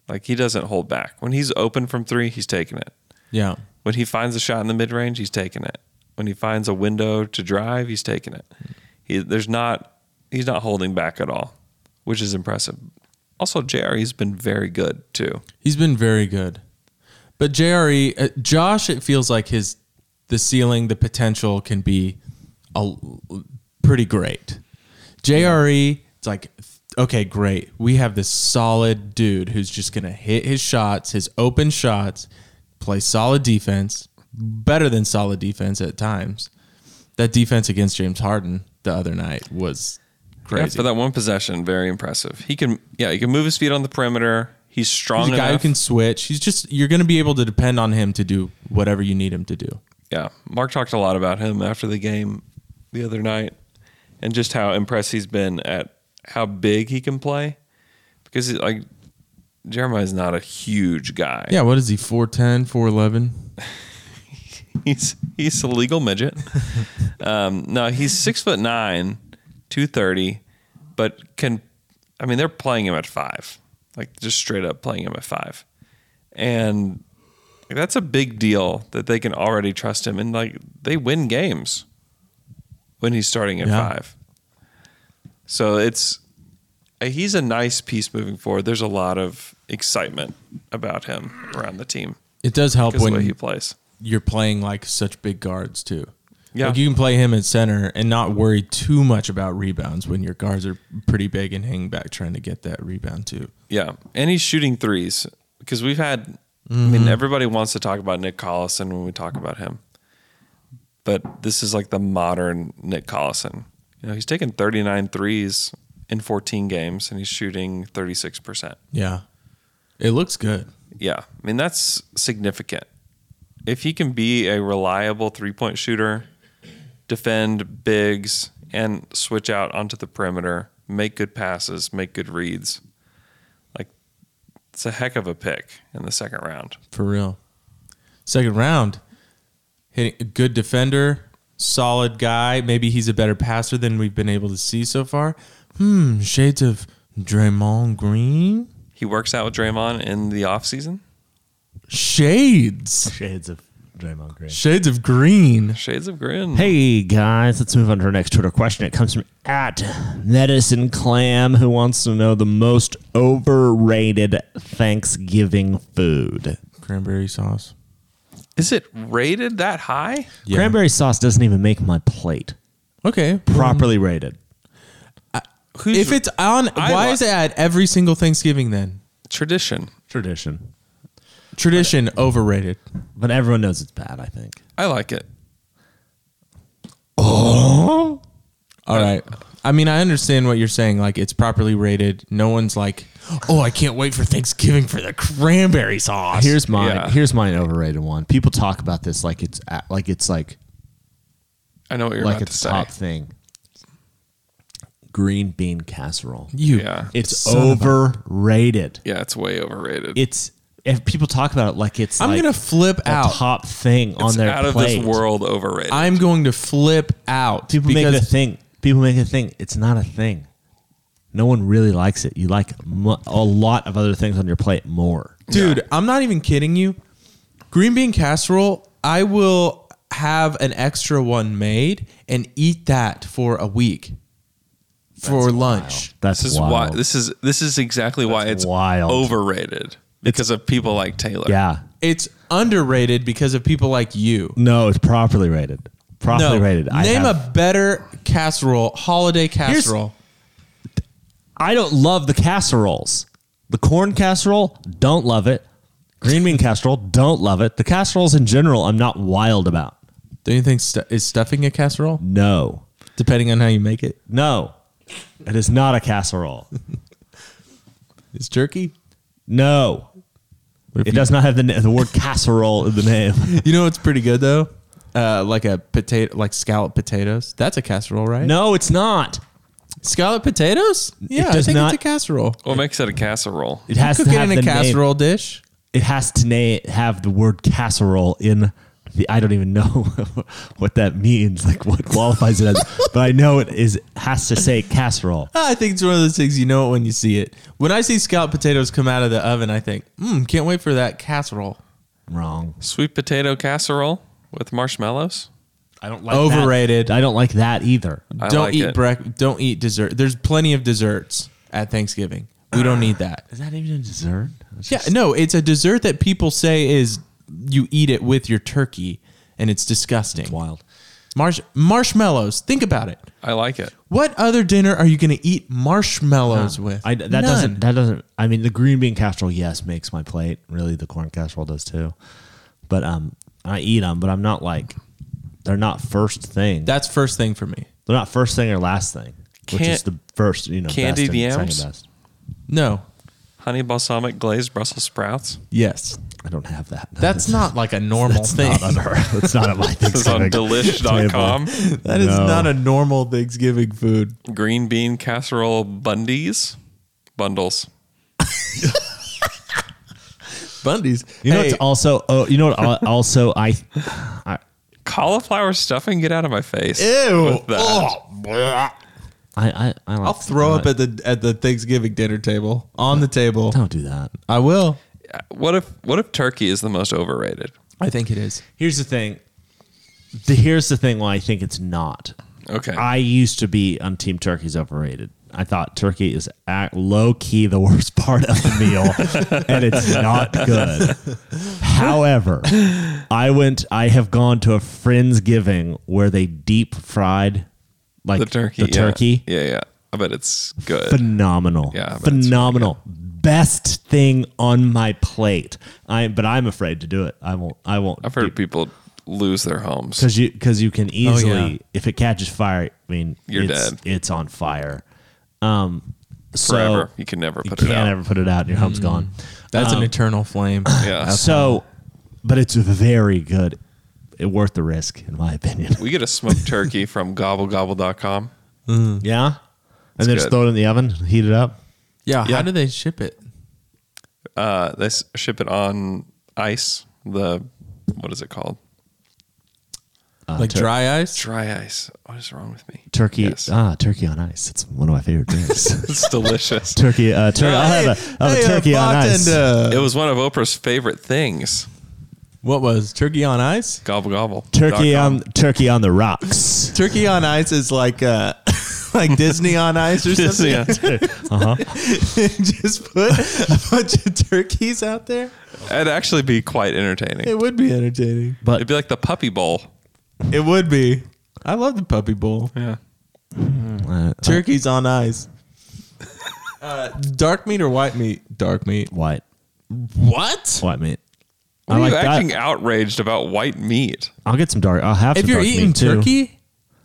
Speaker 5: Like, he doesn't hold back. When he's open from three, he's taking it.
Speaker 4: Yeah.
Speaker 5: When he finds a shot in the mid range, he's taking it. When he finds a window to drive, he's taking it. He, there's not he's not holding back at all, which is impressive. Also, JRE's been very good too.
Speaker 4: He's been very good. But JRE, uh, Josh, it feels like his the ceiling, the potential can be a, pretty great. JRE, it's like, okay, great. We have this solid dude who's just going to hit his shots, his open shots, play solid defense, better than solid defense at times. That defense against James Harden the other night was
Speaker 5: Yeah,
Speaker 4: crazy.
Speaker 5: for that one possession, very impressive. He can, yeah, he can move his feet on the perimeter. He's strong
Speaker 4: He's a guy
Speaker 5: enough.
Speaker 4: who can switch. He's just you're going to be able to depend on him to do whatever you need him to do.
Speaker 5: yeah, Mark talked a lot about him after the game the other night, and just how impressed he's been at how big he can play, because it, like Jeremiah's not a huge guy.
Speaker 4: Yeah, what is he? 4'10", 4'11"?
Speaker 5: he's he's a legal midget. um, no, he's six foot nine, two thirty, but can I mean they're playing him at five, like just straight up playing him at five, and like, that's a big deal that they can already trust him and like they win games when he's starting at
Speaker 4: Yeah.
Speaker 5: five. So it's uh, he's a nice piece moving forward. There's a lot of excitement about him around the team.
Speaker 4: It does help
Speaker 5: because of
Speaker 4: when
Speaker 5: the way he plays.
Speaker 4: You're playing like such big guards too.
Speaker 5: Yeah.
Speaker 4: Like you can play him at center and not worry too much about rebounds when your guards are pretty big and hanging back trying to get that rebound too.
Speaker 5: Yeah, and he's shooting threes because we've had. I mean,
Speaker 4: Mhm.
Speaker 5: everybody wants to talk about Nick Collison when we talk about him, but this is like the modern Nick Collison. You know, he's taken 39 threes in 14 games, and he's shooting 36 percent.
Speaker 4: Yeah. It looks good.
Speaker 5: Yeah, I mean that's significant. If he can be a reliable three-point shooter, defend bigs, and switch out onto the perimeter, make good passes, make good reads, like it's a heck of a pick in the second round.
Speaker 4: For real. Second round, hitting a good defender, solid guy. Maybe he's a better passer than we've been able to see so far. Hmm, shades of Draymond Green.
Speaker 5: He works out with Draymond in the offseason.
Speaker 4: Shades.
Speaker 2: Shades of Draymond Green.
Speaker 4: Shades of green.
Speaker 5: Shades of green.
Speaker 2: Hey guys, let's move on to our next Twitter question. It comes from at Medicine Clam, who wants to know the most overrated Thanksgiving food.
Speaker 4: Cranberry sauce.
Speaker 5: Is it rated that high?
Speaker 2: Cranberry sauce doesn't even make my plate.
Speaker 4: Okay.
Speaker 2: Properly
Speaker 5: Mm.
Speaker 2: rated.
Speaker 4: if it's on,
Speaker 5: I
Speaker 4: why
Speaker 5: li-
Speaker 4: is it at every single Thanksgiving then?
Speaker 5: Tradition.
Speaker 2: Tradition.
Speaker 4: Tradition overrated.
Speaker 2: But everyone knows it's bad, I think.
Speaker 5: I like it.
Speaker 4: Oh. All right. I mean, I understand what you're saying. Like, it's properly rated. No one's like, oh, I can't wait for Thanksgiving for the cranberry sauce.
Speaker 2: Here's mine. Here's mine overrated one. People talk about this like it's a- like it's like
Speaker 5: I know what you're
Speaker 2: like
Speaker 5: about
Speaker 2: it's
Speaker 5: to say.
Speaker 2: top thing. Green bean casserole.
Speaker 4: You
Speaker 5: Yeah.
Speaker 2: It's
Speaker 5: son of a-
Speaker 2: overrated.
Speaker 5: Yeah, it's way overrated.
Speaker 2: It's if people talk about it like it's
Speaker 4: I'm
Speaker 2: like
Speaker 4: gonna flip
Speaker 2: the
Speaker 4: out.
Speaker 2: top thing on
Speaker 5: It's
Speaker 2: their
Speaker 5: out
Speaker 2: plate.
Speaker 5: of this world overrated.
Speaker 4: I'm going to flip out.
Speaker 2: People make it a thing. People make it a thing. It's not a thing. No one really likes it. You like mu- a lot of other things on your plate more.
Speaker 4: Dude, I'm not even kidding you. Green bean casserole, I will have an extra one made and eat that for a week for lunch.
Speaker 2: That's
Speaker 5: this is why this is this is exactly why it's
Speaker 2: wild.
Speaker 5: overrated because of people like Taylor.
Speaker 2: Yeah.
Speaker 4: It's underrated because of people like you.
Speaker 2: No, it's properly rated. Properly rated. I
Speaker 4: Name
Speaker 2: have-
Speaker 4: a better casserole, holiday casserole.
Speaker 2: I don't love the casseroles. The corn casserole, don't love it. Green bean casserole, don't love it. The casseroles in general, I'm not wild about.
Speaker 4: Don't you think stu- is stuffing a casserole?
Speaker 2: No.
Speaker 4: Depending on how you make it.
Speaker 2: No. It is not a casserole.
Speaker 4: Is jerky?
Speaker 2: No. It does not have the, na- the word casserole in the name.
Speaker 4: You know what's pretty good though? Uh, like a potato, like scalloped potatoes. That's a casserole, right?
Speaker 2: No, it's not.
Speaker 4: Scalloped potatoes? Yeah, I
Speaker 2: does
Speaker 4: think
Speaker 2: not-
Speaker 4: it's a casserole.
Speaker 5: What makes it a casserole?
Speaker 2: It has
Speaker 4: cook
Speaker 2: to
Speaker 4: it
Speaker 2: have
Speaker 4: in a
Speaker 2: the name-
Speaker 4: casserole dish.
Speaker 2: It has to na- have the word casserole in the. I don't even know what that means, like what qualifies it as, but I know it is has to say casserole.
Speaker 4: Ah, I think it's one of those things you know it when you see it. When I see scalloped potatoes come out of the oven, I think, mm, can't wait for that casserole.
Speaker 2: Wrong.
Speaker 5: Sweet potato casserole with marshmallows.
Speaker 2: I don't
Speaker 4: Overrated.
Speaker 2: I don't like that either.
Speaker 5: I
Speaker 4: don't
Speaker 5: like
Speaker 4: eat
Speaker 5: it.
Speaker 4: break. Don't eat dessert. There's plenty of desserts at Thanksgiving. We don't need that.
Speaker 2: Is that even a dessert?
Speaker 4: Yeah, no, it's a dessert that people say is you eat it with your turkey, and it's disgusting.
Speaker 2: Wild.
Speaker 4: Marsh marshmallows. Think about it.
Speaker 5: I like it.
Speaker 4: What other dinner are you going to eat marshmallows with?
Speaker 2: I, that doesn't. That doesn't. I mean, the green bean casserole, yes, makes my plate. Really, the corn casserole does too. But um, I eat them, but I'm not like they're not first thing.
Speaker 4: That's first thing for me.
Speaker 2: They're not first thing or last thing, which
Speaker 5: Can't-
Speaker 2: is the first. You know,
Speaker 5: candied
Speaker 2: best and
Speaker 5: yams?
Speaker 2: Second best.
Speaker 4: No.
Speaker 5: Honey balsamic glazed Brussels sprouts.
Speaker 4: Yes.
Speaker 2: I don't have that. No,
Speaker 4: That's not like a normal
Speaker 2: that's
Speaker 4: thing.
Speaker 2: Not on our, that's not on my
Speaker 5: This is on
Speaker 2: Thanksgiving
Speaker 5: delish.com.
Speaker 2: table.
Speaker 4: That is
Speaker 2: No.
Speaker 4: not a normal Thanksgiving food.
Speaker 5: Green bean casserole bundies. Bundles.
Speaker 4: Bundy's.
Speaker 2: You know
Speaker 4: Hey,
Speaker 2: what's also oh you know what al- also I, I
Speaker 5: Cauliflower stuffing, get out of my face.
Speaker 4: Ew.
Speaker 5: with that.
Speaker 4: Oh,
Speaker 2: I I, I like
Speaker 4: I'll throw up
Speaker 2: I-
Speaker 4: at the at the Thanksgiving dinner table on the table.
Speaker 2: Don't do that.
Speaker 4: I will.
Speaker 5: What if what if turkey is the most overrated?
Speaker 4: I think it is.
Speaker 2: Here's the thing. The, here's the thing. Why I think it's not.
Speaker 5: Okay.
Speaker 2: I used to be on Team Turkey's overrated. I thought turkey is at low key the worst part of the meal, and it's not good. However, I went. I have gone to a friend's giving where they deep fried like
Speaker 5: the turkey.
Speaker 2: The
Speaker 5: yeah.
Speaker 2: turkey.
Speaker 5: Yeah, yeah. I bet it's good.
Speaker 2: phenomenal.
Speaker 5: Yeah, I bet it's really
Speaker 2: phenomenal. Best thing on my plate. I but I'm afraid to do it. I won't. I won't.
Speaker 5: I've heard people lose their homes.
Speaker 2: because you because you
Speaker 5: Oh,
Speaker 2: can easily
Speaker 4: yeah.
Speaker 2: if it catches fire. I mean,
Speaker 5: You're
Speaker 2: it's,
Speaker 5: dead.
Speaker 2: It's on fire. Um, so
Speaker 5: Forever. you can never
Speaker 2: you
Speaker 5: put it
Speaker 2: can't
Speaker 5: out.
Speaker 2: ever put it out. and Your home's gone.
Speaker 4: That's
Speaker 2: Um,
Speaker 4: an eternal flame.
Speaker 5: Yeah.
Speaker 2: So, but it's very good. It worth the risk, in my opinion.
Speaker 5: We get a smoked turkey from gobblegobble.com.
Speaker 2: yeah, and then just
Speaker 5: good.
Speaker 2: throw it in the oven, heat it up.
Speaker 4: Yeah,
Speaker 5: Yeah.
Speaker 4: How do they ship it?
Speaker 5: Uh, they s- ship it on ice. The what is it called?
Speaker 2: Uh,
Speaker 4: like dry ice?
Speaker 5: Dry ice. What is wrong with me?
Speaker 2: Turkey,
Speaker 5: Yes.
Speaker 2: ah, turkey on ice. It's one of my favorite things.
Speaker 5: It's delicious.
Speaker 2: turkey, uh, turkey. I'll have a, I'll have a turkey on ice.
Speaker 5: it was one of Oprah's favorite things.
Speaker 4: What was turkey on ice?
Speaker 5: Gobble gobble.
Speaker 2: Turkey um,
Speaker 5: Dot com.
Speaker 2: on turkey on the rocks.
Speaker 4: Turkey on ice is like uh like Disney on ice or something.
Speaker 5: Disney on-
Speaker 2: Uh-huh.
Speaker 4: Just put a bunch of turkeys out there.
Speaker 5: It'd actually be quite entertaining.
Speaker 4: It would be entertaining.
Speaker 5: It'd be like the puppy bowl.
Speaker 4: It would be. I love the puppy bowl.
Speaker 5: Yeah.
Speaker 4: Turkeys on ice. Uh, dark meat or white meat? Dark meat.
Speaker 2: White,
Speaker 4: What?
Speaker 2: white meat.
Speaker 5: Why
Speaker 2: I
Speaker 5: are
Speaker 2: like
Speaker 5: you acting
Speaker 2: that.
Speaker 5: outraged about white meat?
Speaker 2: I'll get some dark. I'll have
Speaker 4: If
Speaker 2: some
Speaker 4: you're
Speaker 2: dark
Speaker 4: eating
Speaker 2: meat too.
Speaker 4: turkey,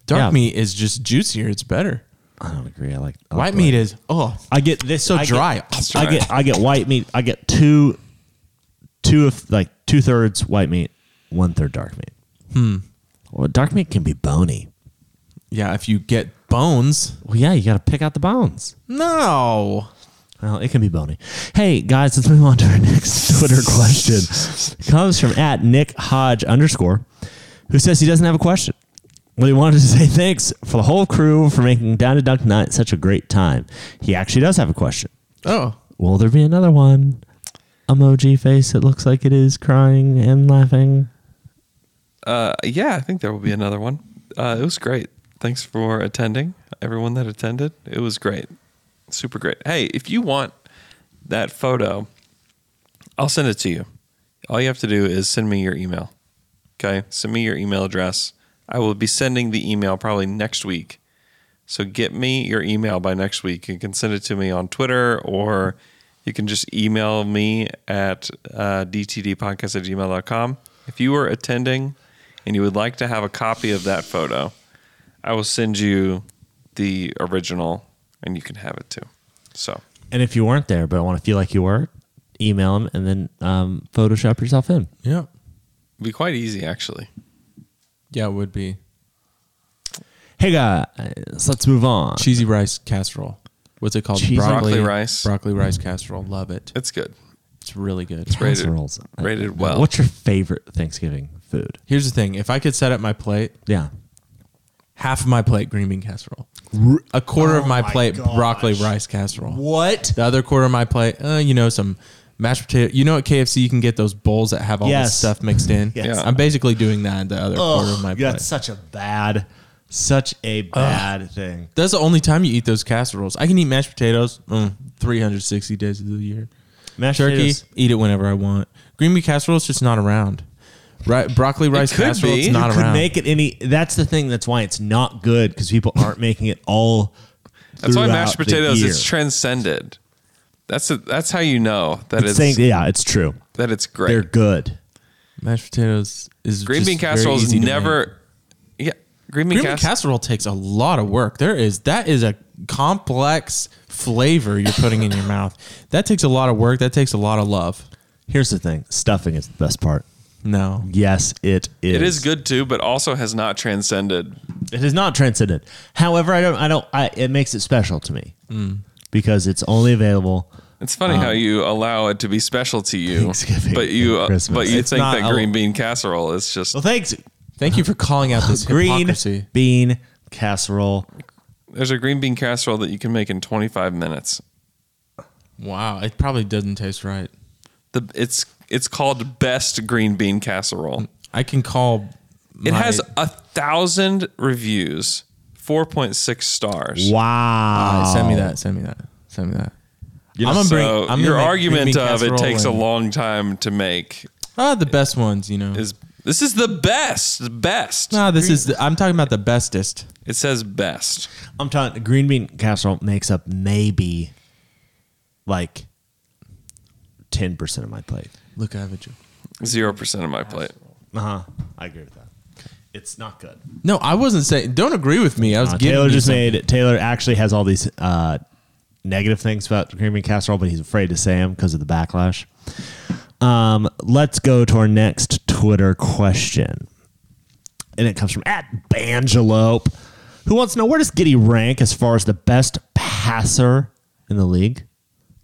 Speaker 4: dark
Speaker 2: Yeah.
Speaker 4: meat is just juicier. It's better.
Speaker 2: I don't agree. I like I like
Speaker 4: White
Speaker 2: the
Speaker 4: meat is oh
Speaker 2: I get this
Speaker 4: so
Speaker 2: I get-
Speaker 4: dry.
Speaker 2: I get I get white meat. I get two, two of like two thirds white meat, one third dark meat. Hmm. Well, dark meat can be bony.
Speaker 4: yeah, if you get bones,
Speaker 2: Well, yeah, you got to pick out the bones.
Speaker 4: no.
Speaker 2: Well, it can be bony. Hey guys, let's move on to our next Twitter question. Comes from at Nick Hodge underscore, who says he doesn't have a question. Well, he wanted to say thanks for the whole crew for making Down to Dunk Night such a great time. He actually does have a question.
Speaker 4: Oh,
Speaker 2: Will there be another one? Emoji face that looks like it is crying and laughing.
Speaker 5: Uh, yeah, I think there will be another one. Uh, it was great. Thanks for attending, everyone that attended. It was great, super great. Hey, if you want that photo, I'll send it to you. All you have to do is send me your email. Okay, send me your email address. I will be sending the email probably next week. So get me your email by next week. You can send it to me on Twitter or you can just email me at uh, dtdpodcast at gmail.com. If you were attending and you would like to have a copy of that photo, I will send you the original and you can have it too. So
Speaker 2: And if you weren't there, but I want to feel like you were, email him and then um, Photoshop yourself in.
Speaker 4: yeah,
Speaker 5: it'd be quite easy actually.
Speaker 4: yeah, it would be
Speaker 2: Hey guys, let's move on.
Speaker 4: cheesy rice casserole. What's it called?
Speaker 2: Cheesy-
Speaker 5: Broccoli rice.
Speaker 4: Broccoli rice casserole. Love it.
Speaker 5: It's good.
Speaker 4: It's really good.
Speaker 5: rated-
Speaker 2: Casseroles.
Speaker 5: rated well.
Speaker 2: What's your favorite Thanksgiving food?
Speaker 4: Here's the thing: if I could set up my plate,
Speaker 2: Yeah.
Speaker 4: half of my plate green bean casserole,
Speaker 2: uh,
Speaker 4: a quarter of my, plate broccoli rice casserole. What? The other quarter of my plate, uh, you know, some mashed potato. You know, at KFC you can get those bowls that have all
Speaker 2: Yes.
Speaker 4: this stuff mixed in.
Speaker 2: Yes.
Speaker 4: I'm basically doing that. The other quarter of my plate.
Speaker 2: That's such a bad, such a bad thing.
Speaker 4: That's the only time you eat those casseroles. I can eat mashed potatoes mm, 360 days of the year.
Speaker 2: Mashed
Speaker 4: Turkey,
Speaker 2: potatoes.
Speaker 4: eat it whenever I want. Green bean casserole is just not around. Right, broccoli rice casserole. It's not
Speaker 2: you could
Speaker 4: around.
Speaker 2: make it any. That's the thing. That's why it's not good because people aren't making it all.
Speaker 5: That's why mashed
Speaker 2: throughout the
Speaker 5: potatoes
Speaker 2: year.
Speaker 5: it's transcended. That's a, that's how you know that
Speaker 2: It's
Speaker 5: it's,
Speaker 2: saying- yeah, it's true.
Speaker 5: that it's great.
Speaker 2: They're good.
Speaker 4: Mashed potatoes is
Speaker 5: green bean
Speaker 4: just very
Speaker 5: casserole is
Speaker 4: easy to
Speaker 5: never. Yeah, green bean,
Speaker 4: Green bean
Speaker 5: casserole.
Speaker 4: casserole takes a lot of work. There is that is a complex flavor you're putting in your mouth. That takes a lot of work. That takes a lot of love.
Speaker 2: Here's the thing: stuffing is the best part.
Speaker 4: No.
Speaker 2: Yes, it is.
Speaker 5: It is good too, but also has not transcended.
Speaker 2: It is not transcendent. However, I don't. I don't. I, it makes it special to me
Speaker 5: Mm.
Speaker 2: because it's only available.
Speaker 5: It's funny
Speaker 4: Uh-huh.
Speaker 5: how you allow it to be special to you, but you uh,
Speaker 2: Christmas.
Speaker 5: but you
Speaker 2: It's
Speaker 5: think
Speaker 2: not
Speaker 5: that
Speaker 2: a-
Speaker 5: green bean casserole is just.
Speaker 2: Well, thanks.
Speaker 4: Thank you for calling out this
Speaker 2: green
Speaker 4: hypocrisy.
Speaker 2: bean casserole.
Speaker 5: There's a green bean casserole that you can make in 25 minutes.
Speaker 4: Wow, it probably doesn't taste right.
Speaker 5: The it's it's called best green bean casserole.
Speaker 4: I can call.
Speaker 5: It
Speaker 4: my-
Speaker 5: has a thousand reviews, 4.6 stars.
Speaker 2: Wow.
Speaker 4: Uh, send me that. Send me that. Send me that.
Speaker 5: Oh. You know,
Speaker 4: I'm gonna bring.
Speaker 5: so
Speaker 4: I'm gonna
Speaker 5: your
Speaker 4: make green
Speaker 5: argument
Speaker 4: bean
Speaker 5: of it
Speaker 4: casserole
Speaker 5: takes a
Speaker 4: and-
Speaker 5: long time to make.
Speaker 4: Ah, the best ones, you know.
Speaker 5: Is this is the best? the Best?
Speaker 4: No, this is. The, I'm talking about the bestest.
Speaker 5: It says best.
Speaker 2: I'm talking green bean casserole makes up maybe like ten percent of my plate.
Speaker 4: Look, I have a joke.
Speaker 5: Zero percent of my plate.
Speaker 2: Uh huh. I agree with that. It's not good.
Speaker 4: No, I wasn't saying. Don't agree with me. I was
Speaker 2: Uh,
Speaker 4: giving
Speaker 2: Taylor
Speaker 4: you
Speaker 2: just
Speaker 4: some-
Speaker 2: made Taylor actually has all these uh, negative things about cream and casserole, but he's afraid to say them because of the backlash. Um, let's go to our next Twitter question, and it comes from at Bangelope, who wants to know where does Giddy rank as far as the best passer in the league?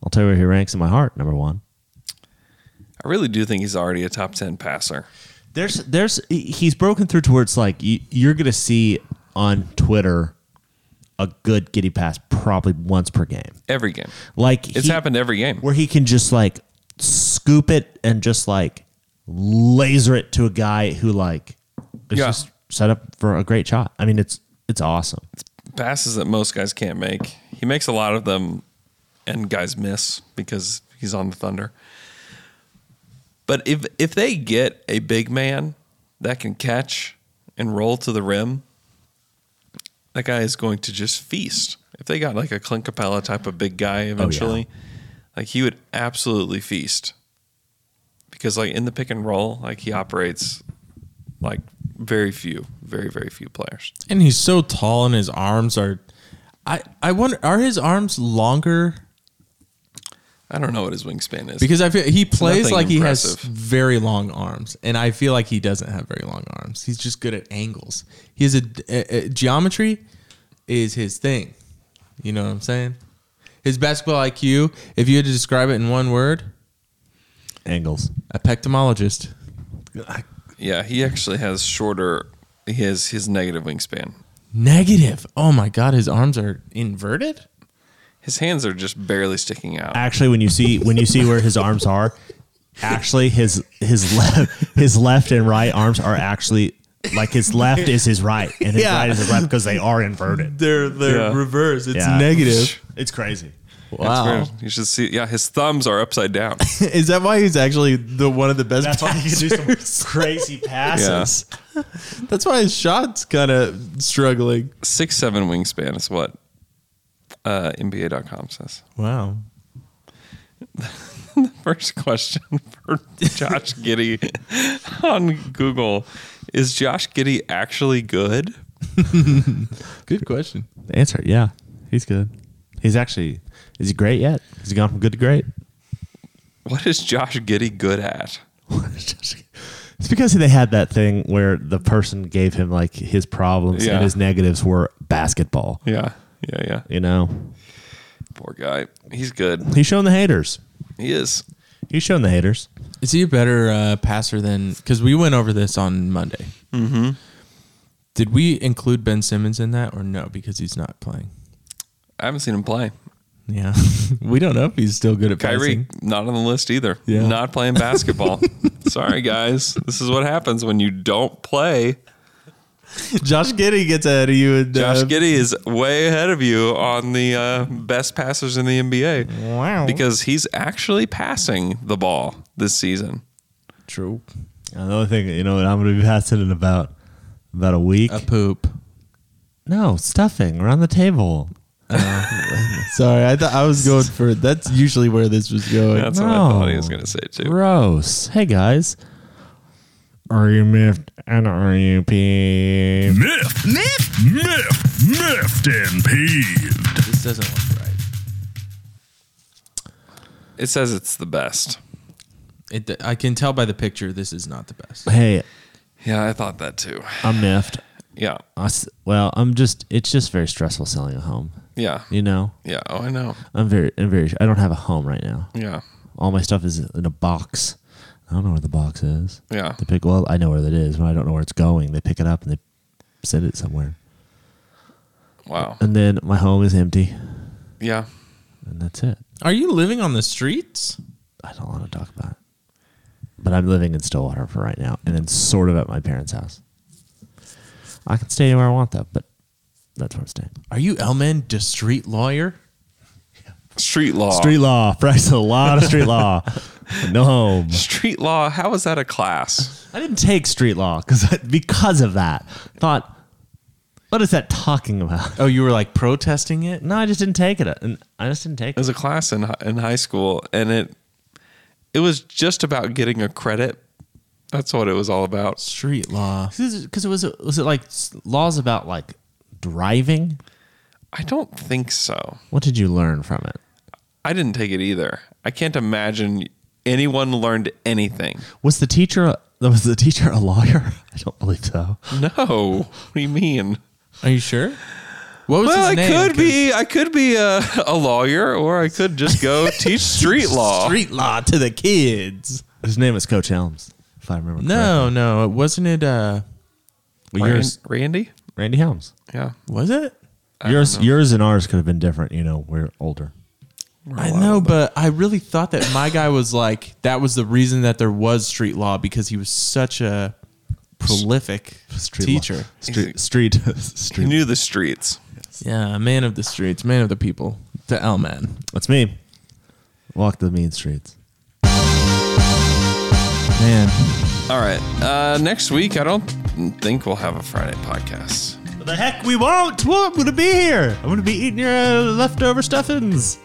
Speaker 2: I'll tell you where he ranks in my heart, number one.
Speaker 5: I really do think he's already a top 10 passer.
Speaker 2: There's there's he's broken through to where it's like you, you're gonna see on Twitter a good Giddy pass probably once per game.
Speaker 5: Every game.
Speaker 2: Like
Speaker 5: It's
Speaker 2: he-
Speaker 5: happened every game.
Speaker 2: where he can just like scoop it and just like laser it to a guy who like is
Speaker 5: Yeah.
Speaker 2: just set up for a great shot. I mean, it's it's awesome.
Speaker 5: Passes that most guys can't make. He makes a lot of them, and guys miss because he's on the Thunder. But if if they get a big man that can catch and roll to the rim, that guy is going to just feast. If they got like a Clint Capella type of big guy eventually, like he would absolutely feast. Because like in the pick and roll, like he operates like very few, very very few players.
Speaker 4: And he's so tall, and his arms are. I I wonder are his arms longer?
Speaker 5: I don't know what his wingspan is
Speaker 4: Because I feel he
Speaker 5: It's
Speaker 4: plays
Speaker 5: nothing
Speaker 4: like he
Speaker 5: impressive.
Speaker 4: has very long arms, and I feel like he doesn't have very long arms. He's just good at angles. He has a, a- a- geometry is his thing. You know what I'm saying? His basketball IQ, if you had to describe it in one word,
Speaker 2: angles.
Speaker 4: A pectomologist.
Speaker 5: Yeah, he actually has shorter. He has his negative wingspan.
Speaker 4: Negative. Oh my god, his arms are inverted.
Speaker 5: His hands are just barely sticking out.
Speaker 2: Actually, when you see when you see where his arms are, actually his his left his left and right arms are actually like his left is his right and his
Speaker 4: Yeah.
Speaker 2: right is his left because they are inverted.
Speaker 4: They're they're
Speaker 5: Yeah.
Speaker 4: reversed. It's
Speaker 2: Yeah.
Speaker 4: negative.
Speaker 2: It's crazy.
Speaker 5: That's weird. You should see. Yeah, his thumbs are upside down.
Speaker 4: Is that why he's actually the one of the best
Speaker 2: That's why he can do
Speaker 4: passers?
Speaker 2: some crazy passes.
Speaker 4: That's why his shot's kind of struggling.
Speaker 5: Six seven wingspan is what uh, NBA.com says.
Speaker 4: Wow.
Speaker 5: First question for Josh Giddy on Google: Is Josh Giddy actually good?
Speaker 4: Good question.
Speaker 2: The answer, yeah, he's good. He's actually is he great yet? Has he gone from good to great?
Speaker 5: What is Josh Giddy good at?
Speaker 2: It's because they had that thing where the person gave him like his problems
Speaker 5: Yeah.
Speaker 2: and his negatives were basketball.
Speaker 5: Yeah, yeah, yeah.
Speaker 2: You know,
Speaker 5: Poor guy. He's good.
Speaker 2: he's shown the haters.
Speaker 5: He is.
Speaker 2: He's shown the haters.
Speaker 4: Is he a better uh, passer than? Because we went over this on Monday.
Speaker 5: Mm-hmm.
Speaker 4: Did we include Ben Simmons in that or no? Because he's not playing.
Speaker 5: I haven't seen him play.
Speaker 4: Yeah, we don't know if he's still good at
Speaker 5: Kyrie
Speaker 4: passing.
Speaker 5: not on the list either.
Speaker 4: Yeah.
Speaker 5: Not playing basketball. Sorry guys, this is what happens when you don't play.
Speaker 4: Josh Giddy gets ahead of you. And,
Speaker 5: Josh
Speaker 4: uh,
Speaker 5: Giddy is way ahead of you on the uh, best passers in the NBA
Speaker 4: Wow.
Speaker 5: because he's actually passing the ball this season.
Speaker 4: True.
Speaker 2: Another thing, you know, what I'm going to be passing in about about a week. A
Speaker 4: poop.
Speaker 2: No stuffing around the table.
Speaker 4: Sorry, I thought I was going for. That's usually where this was going.
Speaker 2: That's what I thought
Speaker 4: Oh.
Speaker 2: he was
Speaker 5: gonna say too.
Speaker 2: Gross. Hey guys, are you miffed and are you peeved?
Speaker 3: Miff, miff, miff, miffed and peeved.
Speaker 4: This doesn't look right.
Speaker 5: It says it's the best.
Speaker 4: It, I can tell by the picture. This is not the best.
Speaker 2: Hey,
Speaker 5: Yeah, I thought that too.
Speaker 2: I'm miffed.
Speaker 5: Yeah.
Speaker 2: I s- well, I'm just. It's just very stressful selling a home.
Speaker 5: Yeah.
Speaker 2: You know.
Speaker 5: Yeah. Oh, I know.
Speaker 2: I'm very. I'm very. I don't have a home right now.
Speaker 5: Yeah.
Speaker 2: All my stuff is in a box. I don't know where the box is.
Speaker 5: Yeah.
Speaker 2: They pick. Well, I know where it is, but I don't know where it's going. They pick it up and they send it somewhere.
Speaker 5: Wow.
Speaker 2: And then my home is empty,
Speaker 5: Yeah.
Speaker 2: and that's it.
Speaker 4: Are you living on the streets?
Speaker 2: I don't want to talk about it. But I'm living in Stillwater for right now, and then sort of at my parents' house. I can stay anywhere I want though, but that's where I'm staying.
Speaker 4: Are you Elman, the street lawyer?
Speaker 5: Street law.
Speaker 2: Street law. Practice a lot of street law. No home.
Speaker 5: Street law. How is that a class?
Speaker 2: I didn't take street law because because of that. Thought, what is that talking about?
Speaker 4: Oh, you were like protesting it?
Speaker 2: No, I just didn't take it. And I just didn't take
Speaker 5: It was a class in hi- in high school, and it it was just about getting a credit. That's what it was all about.
Speaker 4: Street law.
Speaker 2: Because it was was it like s- laws about like driving?
Speaker 5: I don't think so.
Speaker 2: What did you learn from it?
Speaker 5: I didn't take it either. I can't imagine anyone learned anything.
Speaker 2: Was the teacher was the teacher a lawyer? I don't believe so.
Speaker 5: No. What do you mean?
Speaker 4: Are you sure? What was
Speaker 5: well,
Speaker 4: his
Speaker 5: I
Speaker 4: name?
Speaker 5: could be I could be a, a lawyer, or I could just go teach street law.
Speaker 4: Street law to the kids.
Speaker 2: His name was Coach Helms, if I remember.
Speaker 4: No, no, it wasn't it. Uh,
Speaker 2: Well, yours-
Speaker 5: Randy?
Speaker 2: Randy Helms.
Speaker 5: Yeah.
Speaker 4: Was it?
Speaker 2: Yours, yours, and ours could have been different. You know, we're older.
Speaker 4: I know, but I really thought that my guy was like that was the reason that there was street law because he was such a prolific
Speaker 2: Street law.
Speaker 4: teacher.
Speaker 2: street, street,
Speaker 5: He
Speaker 2: street.
Speaker 5: knew the streets.
Speaker 4: Yeah, man of the streets, man of the people, the L man.
Speaker 2: That's me. Walk the mean streets.
Speaker 4: Man,
Speaker 5: All right. Uh, next week, I don't think we'll have a Friday podcast.
Speaker 2: The heck we won't. Well, I'm gonna be here. I'm gonna be eating your uh, leftover stuffings.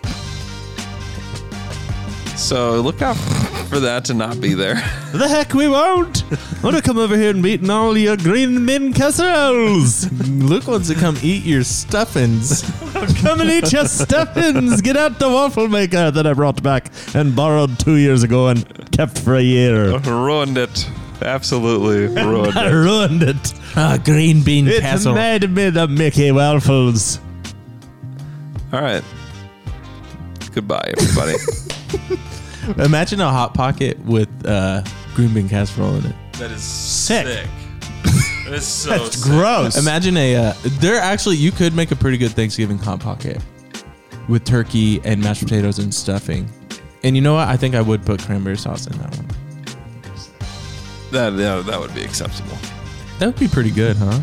Speaker 5: So look out for that to not be there.
Speaker 2: The heck we won't. I'm gonna come over here and be eating all your green bean casseroles.
Speaker 4: Luke wants to come eat your stuffings.
Speaker 2: come and eat your stuffings. Get out the waffle maker that I brought back and borrowed two years ago and kept for a year.
Speaker 5: ruined it. Absolutely ruined
Speaker 2: I
Speaker 5: it.
Speaker 2: ruined it.
Speaker 4: Ah, green bean
Speaker 2: It
Speaker 4: casserole.
Speaker 2: made me the Mickey Waffles.
Speaker 5: All right. Goodbye, everybody.
Speaker 4: Imagine a hot pocket with uh, green bean casserole in it.
Speaker 5: that is sick. That is so sick.
Speaker 2: Gross.
Speaker 4: Imagine a. Uh, there actually, you could make a pretty good Thanksgiving hot pocket with turkey and mashed potatoes and stuffing. And you know what? I think I would put cranberry sauce in that one.
Speaker 5: That, that, that would be acceptable.
Speaker 4: That would be pretty good, huh?